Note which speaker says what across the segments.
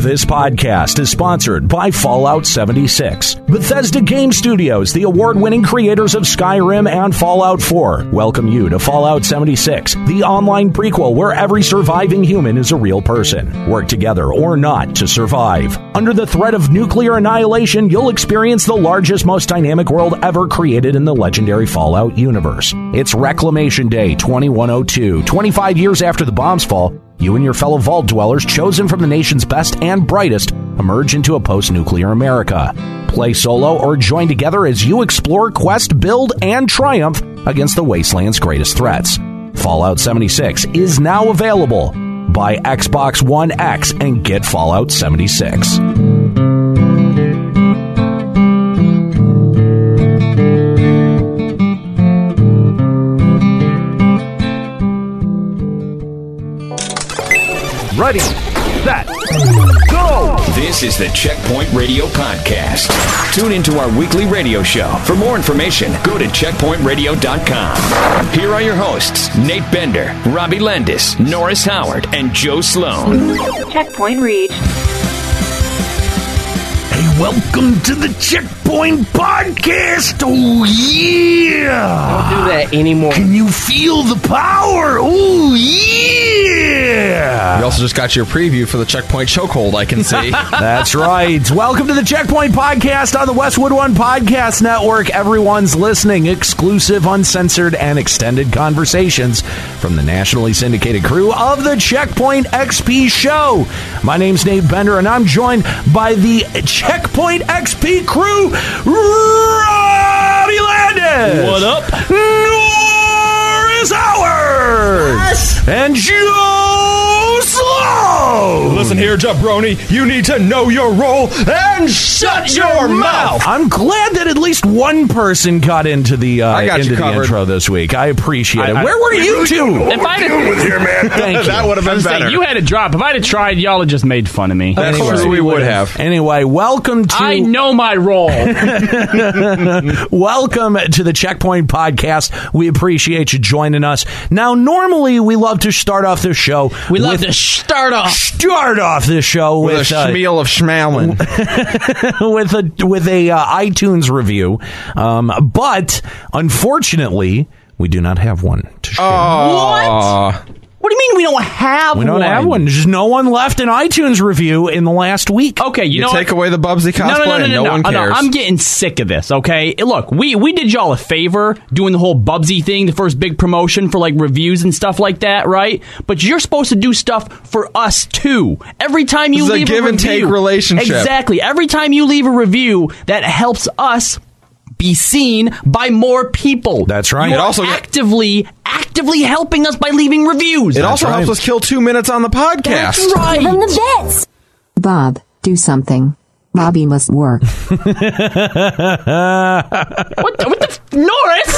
Speaker 1: This podcast is sponsored by Fallout 76. Bethesda Game Studios, the award winning creators of Skyrim and Fallout 4, welcome you to Fallout 76, the online prequel where every surviving human is a real person. Work together or not to survive. Under the threat of nuclear annihilation, you'll experience the largest, most dynamic world ever created in the legendary Fallout universe. It's Reclamation Day 2102, 25 years after the bombs fall. You and your fellow vault dwellers, chosen from the nation's best and brightest, emerge into a post nuclear America. Play solo or join together as you explore, quest, build, and triumph against the wasteland's greatest threats. Fallout 76 is now available. Buy Xbox One X and get Fallout 76.
Speaker 2: Ready, set, go!
Speaker 3: This is the Checkpoint Radio Podcast. Tune into our weekly radio show. For more information, go to checkpointradio.com. Here are your hosts Nate Bender, Robbie Landis, Norris Howard, and Joe Sloan.
Speaker 4: Checkpoint reached.
Speaker 2: Hey, welcome to the Checkpoint Podcast! Oh, yeah!
Speaker 5: Ah.
Speaker 6: do that anymore.
Speaker 2: Can you feel the power? Oh, yeah!
Speaker 7: You also just got your preview for the checkpoint chokehold. I can see.
Speaker 1: That's right. Welcome to the Checkpoint Podcast on the Westwood One Podcast Network. Everyone's listening. Exclusive, uncensored, and extended conversations from the nationally syndicated crew of the Checkpoint XP show. My name's Nate Bender, and I'm joined by the Checkpoint XP crew, Robbie Landis. What up? Norris Howard. And Joe Sloan.
Speaker 7: Listen here, jabroni. You need to know your role and shut your mouth.
Speaker 1: I'm glad that at least one person got into the uh,
Speaker 7: I got you
Speaker 1: into the
Speaker 7: covered.
Speaker 1: intro this week. I appreciate it.
Speaker 7: I-
Speaker 1: Where were you two?
Speaker 6: If I'd have,
Speaker 2: with here, man?
Speaker 1: Thank you.
Speaker 7: That would have been
Speaker 6: say,
Speaker 7: better.
Speaker 6: you had a drop. If I'd have tried, y'all would have just made fun of me.
Speaker 7: of course, we would have.
Speaker 1: Anyway, welcome to
Speaker 6: I know my role.
Speaker 1: welcome to the Checkpoint Podcast. We appreciate you joining us. Now, normally we love to start off this show.
Speaker 6: We love
Speaker 1: with-
Speaker 6: to start off.
Speaker 1: start off this show with,
Speaker 7: With a
Speaker 1: uh,
Speaker 7: schmeal of schmalin.
Speaker 1: with a with a uh, iTunes review, um, but unfortunately. We do not have one to share.
Speaker 7: Oh,
Speaker 6: Oh,
Speaker 7: Aw.
Speaker 6: What do you mean we don't have
Speaker 1: We don't have one. There's no one left an iTunes review in the last week.
Speaker 6: Okay, you,
Speaker 7: You,
Speaker 6: know
Speaker 7: take
Speaker 6: what?
Speaker 7: away the Bubsy cosplay,
Speaker 6: No, no, no, no,
Speaker 7: and
Speaker 6: no,
Speaker 7: no,
Speaker 6: no,
Speaker 7: one
Speaker 6: no,
Speaker 7: cares.
Speaker 6: I'm getting sick of this. Okay, look, we we did y'all a favor doing the whole Bubsy thing, the first big promotion for like reviews and stuff like that, right? But you're supposed to do stuff for us too. Every time you
Speaker 7: This is a
Speaker 6: leave
Speaker 7: give
Speaker 6: a
Speaker 7: and take
Speaker 6: review-
Speaker 7: relationship.
Speaker 6: exactly. Every time you leave a review, that helps us be seen by more people.
Speaker 1: That's right.
Speaker 6: You
Speaker 1: It
Speaker 6: are
Speaker 7: also-
Speaker 6: actively actively helping us by leaving reviews.
Speaker 7: it also
Speaker 1: right.
Speaker 7: helps us kill two minutes on the podcast.
Speaker 6: That's right.
Speaker 5: Even the bits.
Speaker 8: Bob, do something. Bobby must work.
Speaker 6: What the, what the f-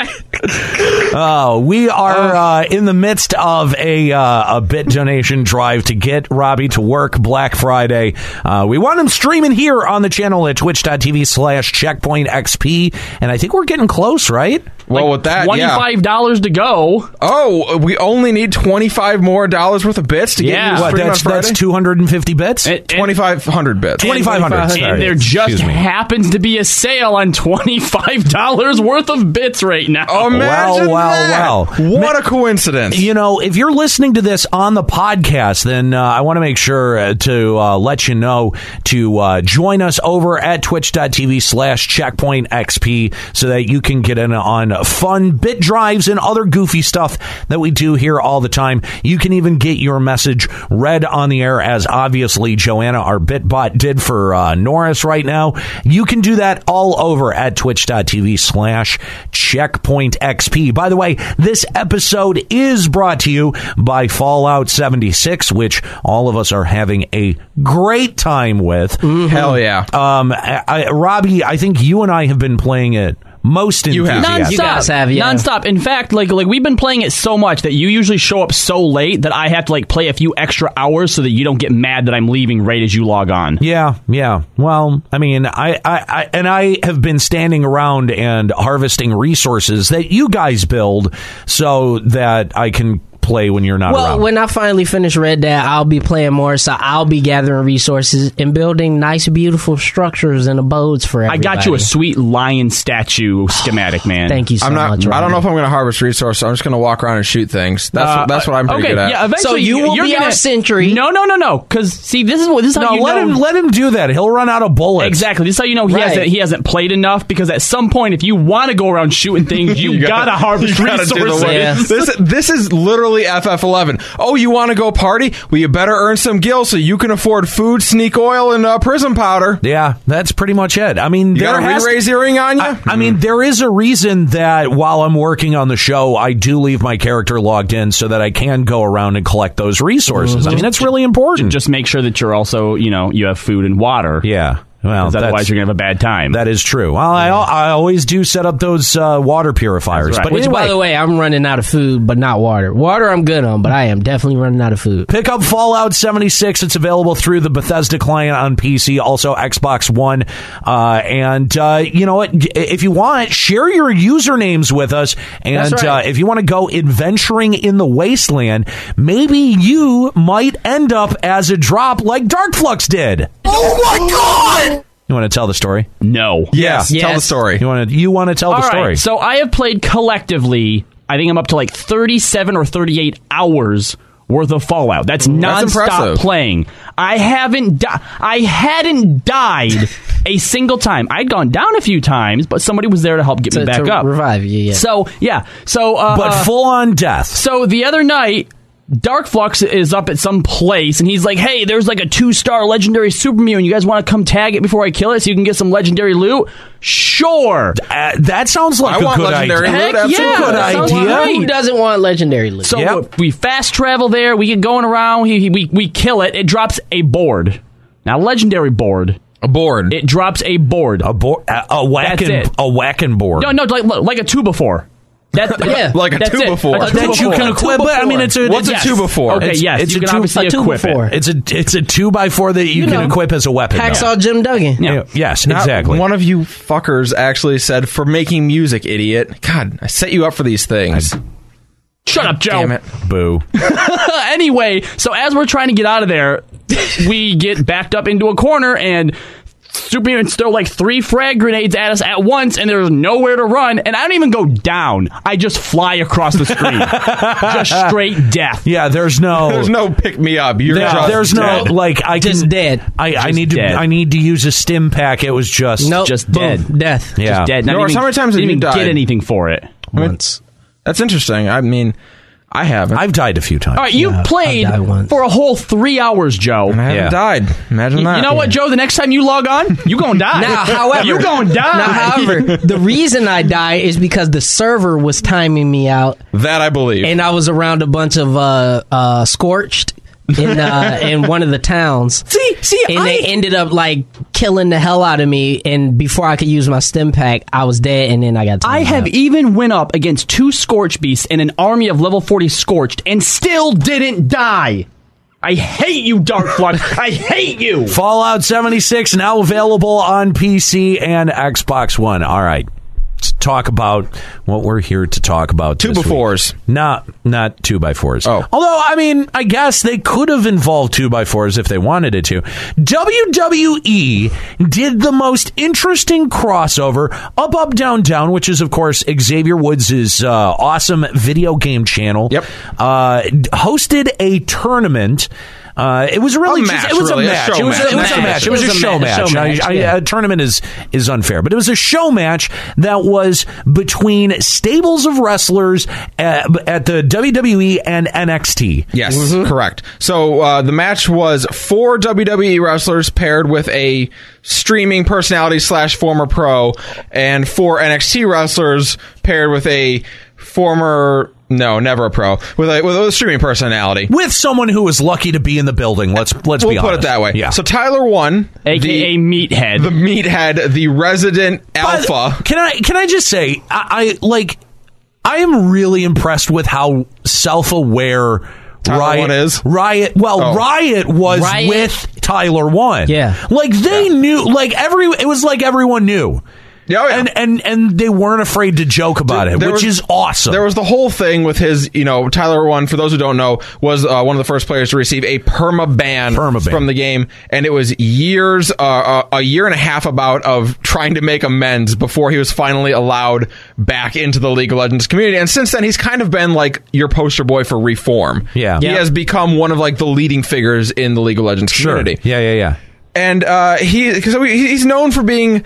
Speaker 6: Norris?
Speaker 1: Uh, we are
Speaker 7: Oh.
Speaker 1: uh, in the midst of a uh, a bit donation drive to get Robbie to work Black Friday. Uh, we want him streaming here on the channel at twitch.tv slash checkpoint XP. And I think we're getting close, right?
Speaker 7: Well, with that,
Speaker 6: twenty
Speaker 7: yeah.
Speaker 6: five dollars to go.
Speaker 7: Oh, we only need twenty-five more dollars worth of bits to
Speaker 6: Yeah.
Speaker 7: get you
Speaker 6: What,
Speaker 7: stream
Speaker 1: that's
Speaker 7: on Friday.
Speaker 1: that's 250 bits?
Speaker 6: And- and-
Speaker 7: Twenty-five hundred bits.
Speaker 1: 2,500.
Speaker 6: and
Speaker 1: Sorry.
Speaker 6: there just
Speaker 1: Excuse me.
Speaker 6: happens to be a sale on twenty five dollars worth of bits right now.
Speaker 5: Oh,
Speaker 7: Imagine
Speaker 1: Wow, wow,
Speaker 7: that.
Speaker 1: wow.
Speaker 7: What a coincidence.
Speaker 1: you know, if you're listening to this on the podcast, then uh, I want to make sure uh, to uh, let you know to uh, join us over at twitch.tv slash checkpoint XP so that you can get in on fun bit drives and other goofy stuff that we do here all the time. You can even get your message read on the air, as obviously Joanna, our bit bot, did for uh, Norris right now. You can do that all over at twitch.tv slash checkpoint XP. By the way, this episode is brought to you by Fallout 76, which all of us are having a great time with.
Speaker 7: Hell yeah.
Speaker 1: Um, I, I- Robbie, I think you and I have been playing it most
Speaker 7: You have.
Speaker 1: enthusiastically.
Speaker 6: Nonstop,
Speaker 7: You
Speaker 6: stop
Speaker 9: guys have, yeah.
Speaker 6: nonstop. In fact, like like we've been playing it so much that you usually show up so late that I have to like play a few extra hours so that you don't get mad that I'm leaving right as you log on.
Speaker 1: Yeah, yeah. Well, I mean, I, I, I and I have been standing around and harvesting resources that you guys build so that I can play when you're not
Speaker 4: well,
Speaker 1: around?
Speaker 4: when I finally finish Red Dead, I'll be playing more, so I'll be gathering resources and building nice, beautiful structures and abodes for
Speaker 6: I
Speaker 4: everybody.
Speaker 6: got you a sweet lion statue schematic, man.
Speaker 4: Thank you so
Speaker 5: I'm not.
Speaker 4: much.
Speaker 5: I don't
Speaker 4: Robert.
Speaker 5: know if I'm going to harvest resources. I'm just going to walk around and shoot things. That's
Speaker 6: Uh,
Speaker 5: that's what I'm pretty
Speaker 6: okay,
Speaker 5: good at.
Speaker 6: Yeah, eventually
Speaker 4: So you will
Speaker 6: you're
Speaker 4: be
Speaker 6: gonna,
Speaker 4: our sentry.
Speaker 6: No, no, no, no. Because see, this is what this is how
Speaker 1: no,
Speaker 6: you
Speaker 1: let
Speaker 6: know,
Speaker 1: him let him do that. He'll run out of bullets.
Speaker 6: Exactly. This is how you know he
Speaker 4: Right.
Speaker 6: hasn't he hasn't played enough because at some point if you want to go around shooting things, you, gotta, harvest
Speaker 5: you gotta do the
Speaker 6: resources.
Speaker 5: work.
Speaker 4: Yeah.
Speaker 5: This this is literally FF11. Oh, you want to go party? Well, you better earn some gills so you can afford food, sneak oil, and uh, prism powder.
Speaker 1: Yeah, that's pretty much it. I mean,
Speaker 5: You
Speaker 1: there
Speaker 5: got a
Speaker 1: has to-
Speaker 5: re-raise earring on you?
Speaker 1: I, I mean, there is a reason that while I'm working on the show, I do leave my character logged in so that I can go around and collect those resources. I mean, that's really important.
Speaker 6: Just make sure that you're also you know you have food and water.
Speaker 1: yeah. Well,
Speaker 6: 'Cause
Speaker 1: that's,
Speaker 6: otherwise you're gonna have a bad time.
Speaker 1: that is true. Well, I, I always do set up those uh, water purifiers.
Speaker 6: That's right.
Speaker 1: But
Speaker 4: Which,
Speaker 1: anyway,
Speaker 4: by the way, I'm running out of food, but not water. Water, I'm good on, but I am definitely running out of food.
Speaker 1: Pick up Fallout 76. It's available through the Bethesda client on PC, also Xbox One. Uh, and uh, you know what? If you want, share your usernames with us. And
Speaker 4: That's right.
Speaker 1: uh, if you want to go adventuring in the wasteland, maybe you might end up as a drop like Dark Flux did.
Speaker 2: Oh my god!
Speaker 1: You want to tell the story?
Speaker 6: no.
Speaker 5: yeah, tell the
Speaker 4: yes.
Speaker 5: story.
Speaker 1: You want to? You want to tell
Speaker 6: All
Speaker 1: the
Speaker 6: right.
Speaker 1: story?
Speaker 6: So I have played collectively. I think I'm up to like 37 or 38 hours worth of Fallout. That's nonstop
Speaker 5: impressive.
Speaker 6: playing. I haven't. Di- I hadn't died a single time. I'd gone down a few times, but somebody was there to help get
Speaker 4: To,
Speaker 6: me back
Speaker 4: to
Speaker 6: up.
Speaker 4: revive you, yeah.
Speaker 6: So yeah. So uh,
Speaker 1: but
Speaker 6: uh,
Speaker 1: full on death.
Speaker 6: so the other night, Dark Flux is up at some place, and he's like, "Hey, there's like a two-star legendary super mutant. You guys want to come tag it before I kill it, so you can get some legendary loot?" Sure.
Speaker 1: Uh, that sounds like
Speaker 5: I
Speaker 1: a
Speaker 5: want
Speaker 1: good
Speaker 5: legendary
Speaker 1: idea.
Speaker 5: loot.
Speaker 6: Heck
Speaker 5: That's
Speaker 6: yeah,
Speaker 5: a good
Speaker 6: that sounds
Speaker 1: idea.
Speaker 6: great.
Speaker 4: Who doesn't want legendary loot?
Speaker 6: So
Speaker 1: Yep.
Speaker 6: we fast travel there. We get going around. He, he- we we kill it. It drops a board. Now legendary board.
Speaker 5: A board.
Speaker 6: It drops a board.
Speaker 1: A, bo- a, a
Speaker 6: That's
Speaker 1: whacking
Speaker 6: it.
Speaker 1: a whacking board.
Speaker 6: no, no, like like a two before. That,
Speaker 4: Yeah.
Speaker 5: Like a
Speaker 6: that's
Speaker 5: two
Speaker 6: it.
Speaker 5: before.
Speaker 6: A two
Speaker 1: That you
Speaker 6: before.
Speaker 1: can
Speaker 6: A
Speaker 1: equip,
Speaker 6: two
Speaker 1: but I mean,
Speaker 6: before.
Speaker 1: it's a-
Speaker 5: What's a
Speaker 6: yes.
Speaker 5: two before?
Speaker 6: Okay,
Speaker 1: It's-
Speaker 6: yes,
Speaker 1: it's
Speaker 6: you
Speaker 1: a
Speaker 6: can
Speaker 1: two-
Speaker 6: obviously
Speaker 4: a two
Speaker 6: equip
Speaker 4: before.
Speaker 6: it.
Speaker 1: It's a it's a two by four that you,
Speaker 4: You
Speaker 1: can
Speaker 4: know.
Speaker 1: equip as a weapon.
Speaker 4: Hacksaw Jim Duggan.
Speaker 6: Yeah.
Speaker 1: Yes,
Speaker 5: Not
Speaker 1: exactly.
Speaker 5: One of you fuckers actually said for making music, idiot. God, I set you up for these things.
Speaker 6: Shut up, Joe.
Speaker 5: Damn it.
Speaker 1: Boo.
Speaker 6: anyway, so as we're trying to get out of there, we get backed up into a corner and superhumans throw like three frag grenades at us at once and there's nowhere to run and I don't even go down. I just fly across the screen. just straight death.
Speaker 1: Yeah, there's no
Speaker 5: There's no pick me up. You're
Speaker 1: there-
Speaker 5: just
Speaker 1: Oh. there's
Speaker 5: dead.
Speaker 1: no like I
Speaker 4: Just
Speaker 1: can,
Speaker 4: dead.
Speaker 1: I, I
Speaker 6: Just
Speaker 1: need to
Speaker 6: dead.
Speaker 1: I need to use a stim pack. It was just
Speaker 4: Nope.
Speaker 6: just
Speaker 4: Boom.
Speaker 6: dead.
Speaker 4: Death.
Speaker 1: yeah.
Speaker 6: Just dead. Not
Speaker 5: Norris,
Speaker 6: even,
Speaker 5: how many times have
Speaker 6: didn't
Speaker 5: you
Speaker 6: even
Speaker 5: died?
Speaker 6: get anything for it?
Speaker 4: Once.
Speaker 5: That's interesting. I mean, I haven't.
Speaker 1: I've died a few times.
Speaker 6: All right, you
Speaker 4: Yeah, I
Speaker 6: played
Speaker 4: died once.
Speaker 6: for a whole three hours, Joe.
Speaker 5: I haven't
Speaker 1: Yeah.
Speaker 5: died. Imagine
Speaker 6: You
Speaker 5: that.
Speaker 6: know what, Joe? The next time you log on, you gonna die.
Speaker 4: Now, however,
Speaker 6: you gonna die.
Speaker 4: Now, however, the reason I die is because the server was timing me out,
Speaker 5: That I believe.
Speaker 4: and I was around a bunch of uh, uh, scorched in uh, in one of the towns.
Speaker 6: see, see,
Speaker 4: and
Speaker 6: I,
Speaker 4: they ended up like killing the hell out of me. And before I could use my stim pack, I was dead, and then I got.
Speaker 6: I
Speaker 4: timed
Speaker 6: have
Speaker 4: out.
Speaker 6: even went up against two Scorch Beasts and an army of level 40 Scorched and still didn't die. I hate you, Dark Flux. I hate you.
Speaker 1: Fallout 76 now available on PC and Xbox One. All right. Let's talk about what we're here to talk about.
Speaker 5: Two
Speaker 1: this week.
Speaker 5: befores.
Speaker 1: Not not two by fours.
Speaker 5: Oh.
Speaker 1: Although I mean, I guess they could have involved two by fours if they wanted it to. WWE did the most interesting crossover up up down down, which is of course Xavier Woods' uh, awesome video game channel.
Speaker 5: Yep.
Speaker 1: Uh, hosted a tournament. Uh, it was really
Speaker 5: A
Speaker 1: just
Speaker 5: match,
Speaker 1: it was
Speaker 5: really,
Speaker 1: a
Speaker 5: a
Speaker 1: match.
Speaker 5: show
Speaker 1: it was,
Speaker 5: match.
Speaker 1: It was a match. It was a show match.
Speaker 4: show match,
Speaker 1: I- I-
Speaker 4: yeah.
Speaker 1: a tournament is is unfair, but it was a show match that was between stables of wrestlers at, at the WWE and NXT.
Speaker 5: Yes,
Speaker 1: Mm-hmm.
Speaker 5: correct. So uh, the match was four WWE wrestlers paired with a streaming personality slash former pro, and four NXT wrestlers paired with a former no, never a pro with a with a streaming personality.
Speaker 1: With someone who was lucky to be in the building, let's let's
Speaker 5: We'll
Speaker 1: be
Speaker 5: put
Speaker 1: honest.
Speaker 5: it that way.
Speaker 1: Yeah.
Speaker 5: So Tyler won,
Speaker 6: AKA
Speaker 5: the,
Speaker 6: Meathead.
Speaker 5: the meathead, the resident
Speaker 1: But
Speaker 5: alpha. Oh,
Speaker 1: Can I can I just say I, I like I am really impressed with how self aware
Speaker 5: Tyler
Speaker 1: Riot
Speaker 5: One is?
Speaker 1: Riot. Well,
Speaker 5: Oh.
Speaker 1: Riot was
Speaker 4: Riot-
Speaker 1: with Tyler One.
Speaker 4: Yeah.
Speaker 1: like they knew. Like every it was like everyone knew.
Speaker 5: Yeah, oh, yeah.
Speaker 1: and and and they weren't afraid to joke about it,
Speaker 5: There
Speaker 1: which
Speaker 5: was-
Speaker 1: is awesome.
Speaker 5: There was the whole thing with his, you know, Tyler one. For those who don't know, was uh, one of the first players to receive a perma ban
Speaker 1: Perma ban.
Speaker 5: from the game, and it was years, uh, uh, a year and a half about of trying to make amends before he was finally allowed back into the League of Legends community. And since then, he's kind of been like your poster boy for reform.
Speaker 1: Yeah.
Speaker 5: he
Speaker 1: Yeah.
Speaker 5: has become one of like the leading figures in the League of Legends
Speaker 1: sure.
Speaker 5: community
Speaker 1: Yeah, yeah, yeah.
Speaker 5: and uh, he because he's known for being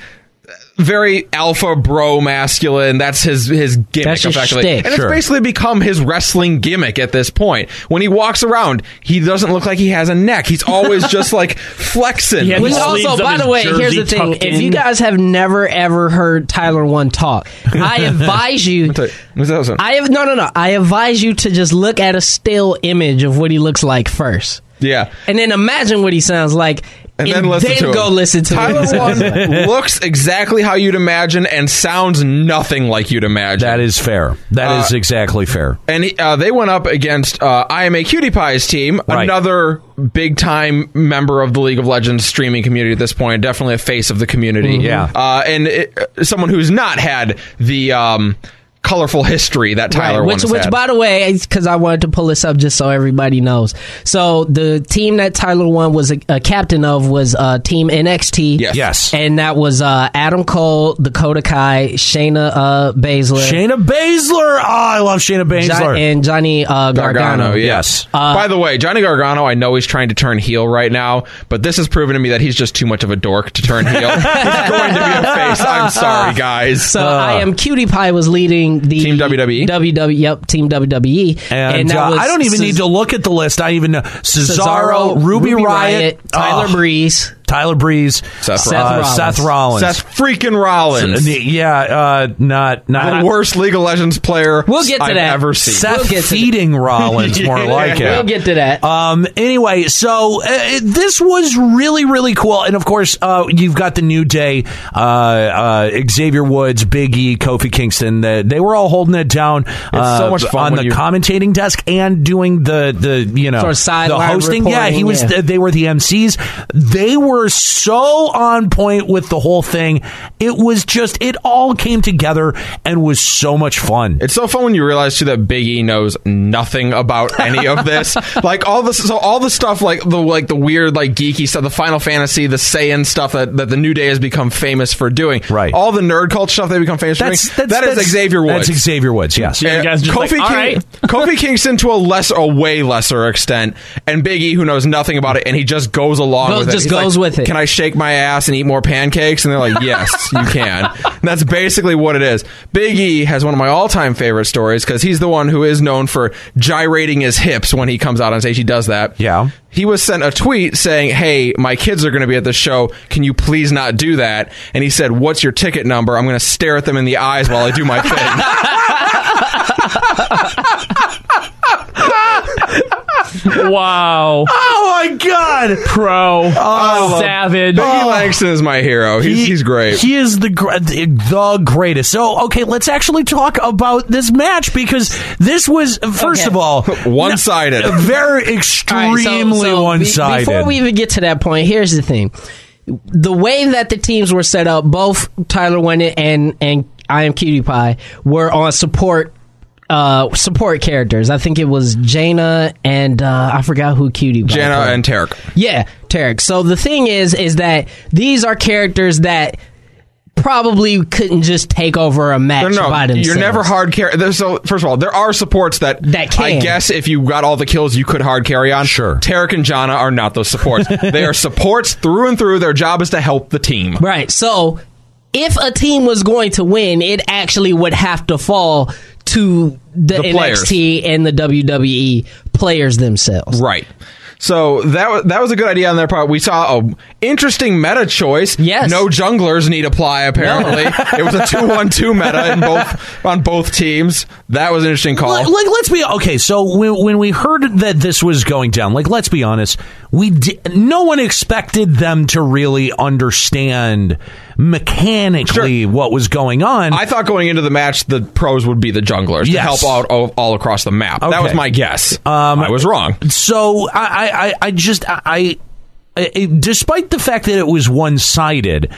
Speaker 5: very alpha bro masculine. That's his his gimmick
Speaker 4: That's his
Speaker 5: effectively,
Speaker 4: shtick.
Speaker 5: and
Speaker 1: Sure.
Speaker 5: it's basically become his wrestling gimmick at this point. When he walks around, he doesn't look like he has a neck. He's always just like flexing.
Speaker 6: Yeah,
Speaker 4: Which
Speaker 6: His
Speaker 4: also,
Speaker 6: sleeves of
Speaker 4: by
Speaker 6: his
Speaker 4: the way, here's
Speaker 6: jersey
Speaker 4: the thing:
Speaker 6: tucked
Speaker 4: if
Speaker 6: in.
Speaker 4: you guys have never ever heard Tyler One talk, I advise you.
Speaker 5: Wait, what's that sound?
Speaker 4: I have no, no, no. I advise you to just look at a still image of what he looks like first,
Speaker 5: yeah.
Speaker 4: and then imagine what he sounds like,
Speaker 5: And then listen to him.
Speaker 4: go listen to
Speaker 5: Tyler
Speaker 4: what he sounds like.
Speaker 5: One looks exactly how you'd imagine and sounds nothing like you'd imagine.
Speaker 1: That is fair. That is
Speaker 5: Uh,
Speaker 1: exactly fair.
Speaker 5: and he, uh, they went up against uh, IMA Cutie Pie's team,
Speaker 1: Right.
Speaker 5: another big time member of the League of Legends streaming community at this point, definitely a face of the community.
Speaker 4: Mm-hmm.
Speaker 1: Yeah.
Speaker 5: uh, and it, uh, someone who's not had the um, colorful history that Tyler
Speaker 4: Right,
Speaker 5: one
Speaker 4: which,
Speaker 5: has
Speaker 4: which
Speaker 5: had.
Speaker 4: by the way, because I wanted to pull this up just so everybody knows. So the team that Tyler One was a, a captain of was uh, Team NXT.
Speaker 5: Yes.
Speaker 1: Yes.
Speaker 4: And that was uh, Adam Cole, Dakota Kai, Shayna uh, Baszler,
Speaker 1: Shayna Baszler. Ah, I love Shayna Baszler.
Speaker 4: Jo- and Johnny uh, Gargano. Uh,
Speaker 5: Gargano,
Speaker 1: yes.
Speaker 5: yes. By the way, Johnny Gargano, I know he's trying to turn heel right now, but this has proven to me that he's just too much of a dork to turn heel. he's going to be a face. I'm sorry, guys. Uh,
Speaker 4: So
Speaker 1: Uh.
Speaker 4: I am Cutie Pie was leading the
Speaker 5: Team WWE?
Speaker 4: WWE, yep, Team WWE,
Speaker 1: E? and,
Speaker 4: that
Speaker 1: uh,
Speaker 4: was
Speaker 1: I don't even
Speaker 4: Ces-
Speaker 1: need to look at the list. I even know Cesaro, Ruby, Riot,
Speaker 4: Tyler
Speaker 1: oh,
Speaker 4: Breeze,
Speaker 1: Tyler Breeze,
Speaker 5: Seth
Speaker 1: uh,
Speaker 4: Rollins.
Speaker 1: Seth Rollins.
Speaker 5: Seth freaking Rollins.
Speaker 1: yeah, uh, not not
Speaker 5: the worst League of Legends player
Speaker 4: We'll get to
Speaker 5: I've
Speaker 4: that.
Speaker 5: ever seen.
Speaker 1: Seth
Speaker 4: We'll get to
Speaker 1: feeding Rollins, more like it.
Speaker 4: We'll get to that.
Speaker 1: Um. Anyway, so uh, it- this was really, really cool, and of course, uh, you've got the New Day, uh, uh, Xavier Woods, Big E, Kofi Kingston. The, they were all holding it down uh,
Speaker 5: so much fun
Speaker 1: on
Speaker 5: when
Speaker 1: the
Speaker 5: you-
Speaker 1: commentating desk and doing the the you know
Speaker 4: Sort of
Speaker 1: the
Speaker 4: sideline
Speaker 1: hosting. yeah, he
Speaker 4: reporting,
Speaker 1: was.
Speaker 4: yeah.
Speaker 1: They were the MCs. They were so on point with the whole thing. It was just it all came together and was so much fun.
Speaker 5: It's so fun when you realize too that Big E knows nothing about any of this. like all this, so all the stuff, like the like the weird, like geeky stuff, the Final Fantasy, the Saiyan stuff that, that the New Day has become famous for doing.
Speaker 1: Right.
Speaker 5: All the nerd culture stuff they become famous for doing. that is Xavier Woods.
Speaker 1: That's Xavier Woods. Yes.
Speaker 6: Yeah, you guys just like,
Speaker 5: Kofi,
Speaker 6: "All
Speaker 5: King-
Speaker 6: right."
Speaker 5: Kofi Kingston to a lesser, a way lesser extent, and Big E who knows nothing about it, and he just goes along
Speaker 4: Goes-
Speaker 5: with it.
Speaker 4: just
Speaker 5: He's like,
Speaker 4: goes with it.
Speaker 5: Can I shake my ass and eat more pancakes? And they're like, yes, you can. And that's basically what it is. Big E has one of my all-time favorite stories because he's the one who is known for gyrating his hips when he comes out on stage. He does that.
Speaker 1: Yeah.
Speaker 5: He was sent a tweet saying, "Hey, my kids are going to be at the show. Can you please not do that?" And he said, "What's your ticket number? I'm going to stare at them in the eyes while I do my thing."
Speaker 6: Wow.
Speaker 1: Oh my God. Oh,
Speaker 5: Uh,
Speaker 6: Pro.
Speaker 5: Oh.
Speaker 6: savage.
Speaker 5: Biggie Langston is my hero. He's, he's great.
Speaker 1: He is the gr- the the greatest. So okay, let's actually talk about this match because this was first
Speaker 4: Okay.
Speaker 1: of all
Speaker 5: One sided.
Speaker 1: very
Speaker 4: All
Speaker 1: extremely
Speaker 4: right, so- so be-
Speaker 1: one sided.
Speaker 4: Before we even get to that point, here's the thing: the way that the teams were set up, both Tyler Winnett and and I am Cutie Pie were on support. Uh, support characters. I think it was Jaina and uh, I forgot who Cutie. Pie
Speaker 5: Jana
Speaker 4: played.
Speaker 5: and Tarek.
Speaker 4: Yeah, Tarek. So the thing is, is that these are characters that probably couldn't just take over a match
Speaker 5: No,
Speaker 4: by
Speaker 5: no,
Speaker 4: themselves.
Speaker 5: you're never hard carry. there's- So first of all, there are supports that
Speaker 4: That
Speaker 5: I
Speaker 4: can.
Speaker 5: guess if you got all the kills, you could hard carry on.
Speaker 1: Sure.
Speaker 5: Tarek and Jana are not those supports. they are supports through and through. Their job is to help the team.
Speaker 4: Right. So if a team was going to win, it actually would have to fall to the,
Speaker 5: The players.
Speaker 4: NXT and the WWE players themselves.
Speaker 5: Right. So that was that was a good idea on their part. We saw a interesting meta choice.
Speaker 4: Yes.
Speaker 5: No junglers need apply. Apparently, it was a two-one-two meta in both on both teams. That was an interesting call.
Speaker 1: Let, like, let's be okay. So when, when we heard that this was going down, like, let's be honest, we di- no one expected them to really understand mechanically what was going on.
Speaker 5: I thought going into the match, the pros would be the junglers
Speaker 1: Yes.
Speaker 5: to help out all, all across the map.
Speaker 1: Okay.
Speaker 5: That was my guess. Um, I was wrong.
Speaker 1: so I, I- I, I just I, I, I, despite the fact that it was one sided,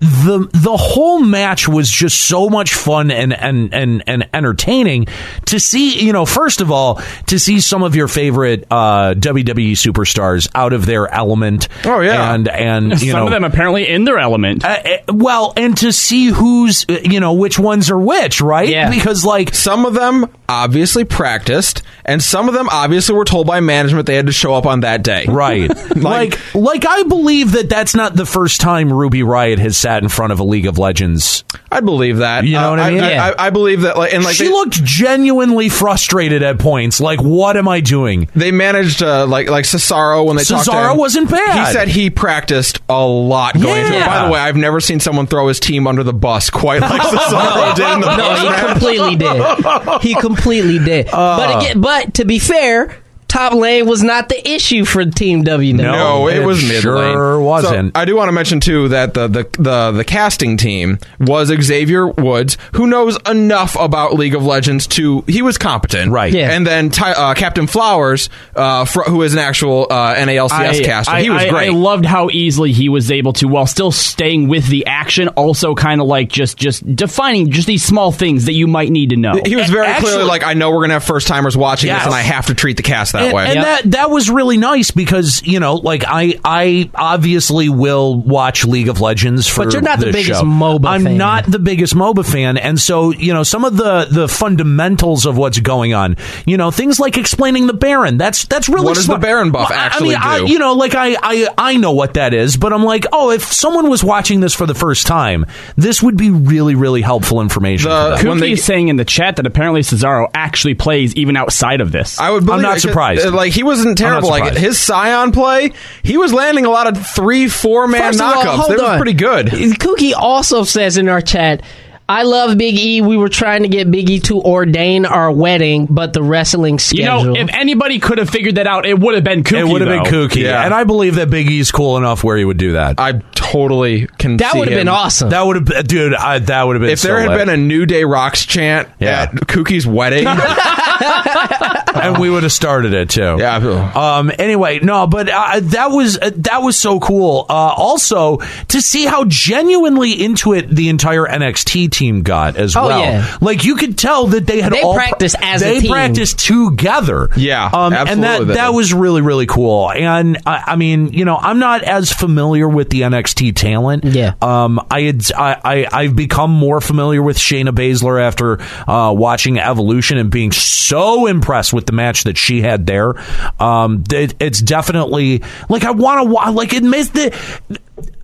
Speaker 1: the the whole match was just so much fun and and and and entertaining to see. You know, first of all, to see some of your favorite uh, WWE superstars out of their element.
Speaker 5: Oh, yeah.
Speaker 1: and and you
Speaker 6: Some
Speaker 1: know
Speaker 6: of them apparently in their element.
Speaker 1: uh, uh, well, and to see who's uh, you know which ones are which, right?
Speaker 4: Yeah.
Speaker 1: Because like
Speaker 5: Some of them obviously practiced, and some of them obviously were told by management they had to show up on that day.
Speaker 1: Right. like, like I believe that that's not the first time Ruby Riot has sat in front of a League of Legends.
Speaker 5: I believe that. Uh,
Speaker 1: You know what I mean?
Speaker 5: I,
Speaker 1: Yeah.
Speaker 5: I, I believe that. Like, and like
Speaker 1: she
Speaker 5: they,
Speaker 1: looked genuinely frustrated at points. Like, what am I doing?
Speaker 5: they managed uh, like like Cesaro when they talked to
Speaker 1: Cesaro
Speaker 5: him,
Speaker 1: wasn't bad.
Speaker 5: He said he practiced a lot going into it.
Speaker 1: Yeah.
Speaker 5: By the way, I've never seen someone throw his team under the bus quite like Cesaro did in the
Speaker 4: No,
Speaker 5: first
Speaker 4: he
Speaker 5: match.
Speaker 4: completely did. He completely did.
Speaker 5: Uh.
Speaker 4: but again, but to be fair, top lane was not the issue for Team W. E.
Speaker 5: No,
Speaker 1: No,
Speaker 5: it,
Speaker 1: it
Speaker 5: was mid lane.
Speaker 1: sure wasn't.
Speaker 5: I do want to mention too that the, the the the casting team was Xavier Woods, who knows enough about League of Legends to he was competent,
Speaker 1: Right.
Speaker 4: Yeah.
Speaker 5: And then Ty, uh, Captain Flowers, uh, fr- who is an actual uh, NALCS caster, he was
Speaker 6: I-
Speaker 5: great.
Speaker 6: I loved how easily he was able to, while still staying with the action, also kind of like just just defining just these small things that you might need to know.
Speaker 5: he was very
Speaker 1: Actually-
Speaker 5: clearly like, I know we're gonna have first timers watching
Speaker 1: Yes.
Speaker 5: this, and I have to treat the cast that
Speaker 1: and,
Speaker 5: way.
Speaker 1: and that that was really nice because you know, like I I obviously will watch League of Legends for.
Speaker 4: But you're not the
Speaker 1: this
Speaker 4: biggest
Speaker 1: show.
Speaker 4: MOBA
Speaker 1: I'm
Speaker 4: fan.
Speaker 1: not the biggest MOBA fan, and so you know some of the the fundamentals of what's going on. You know things like explaining the Baron. That's that's really
Speaker 5: What does the
Speaker 1: smart.
Speaker 5: Baron buff
Speaker 1: Well,
Speaker 5: actually
Speaker 1: I mean,
Speaker 5: do?
Speaker 1: I, you know, like I, I I know what that is, but I'm like, oh, if someone was watching this for the first time, this would be really really helpful information.
Speaker 5: The-
Speaker 1: for them.
Speaker 6: Kuki
Speaker 5: when they-
Speaker 6: is saying in the chat that apparently Cesaro actually plays even outside of this.
Speaker 5: I would believe
Speaker 1: I'm not
Speaker 5: it, 'cause,
Speaker 1: surprised.
Speaker 5: uh, Like he wasn't terrible. Like
Speaker 1: surprised.
Speaker 5: his Scion play, he was landing a lot of three, four man
Speaker 4: First of all,
Speaker 5: knockups.
Speaker 4: hold
Speaker 5: They were
Speaker 4: on.
Speaker 5: pretty good.
Speaker 4: Kookie also says in our chat, I love Big E. We were trying to get Big E to ordain our wedding, but the wrestling
Speaker 6: you
Speaker 4: schedule.
Speaker 6: know, if anybody could have figured that out, it would have been Kuki.
Speaker 1: it would have been kooky,
Speaker 5: Yeah.
Speaker 1: and I believe that Big E's cool enough where he would do that.
Speaker 5: I totally can.
Speaker 4: that
Speaker 5: see
Speaker 4: would have
Speaker 5: him.
Speaker 4: been awesome.
Speaker 1: That would have, been, dude. I, that would have been.
Speaker 5: If there had been a New Day Rocks chant
Speaker 1: Yeah.
Speaker 5: at Kookie's wedding,
Speaker 1: a, and we would have started it too.
Speaker 5: yeah,
Speaker 1: Um. Anyway, no, but uh, that was uh, that was so cool. Uh, also, to see how genuinely into it the entire NXT team got as
Speaker 4: Oh,
Speaker 1: well.
Speaker 4: yeah.
Speaker 1: Like you could tell that they had
Speaker 4: They
Speaker 1: all
Speaker 4: practiced as a
Speaker 1: they
Speaker 4: team.
Speaker 1: practiced together.
Speaker 5: Yeah,
Speaker 1: Um. And
Speaker 5: absolutely
Speaker 1: that
Speaker 5: they
Speaker 1: that
Speaker 5: did.
Speaker 1: was really really cool. And I, I mean, you know, I'm not as familiar with the NXT talent.
Speaker 4: Yeah.
Speaker 1: Um, I had I, I I've become more familiar with Shayna Baszler after uh, watching Evolution and being so impressed with the match that she had there. Um, it, it's definitely like I want to watch. Like it makes the.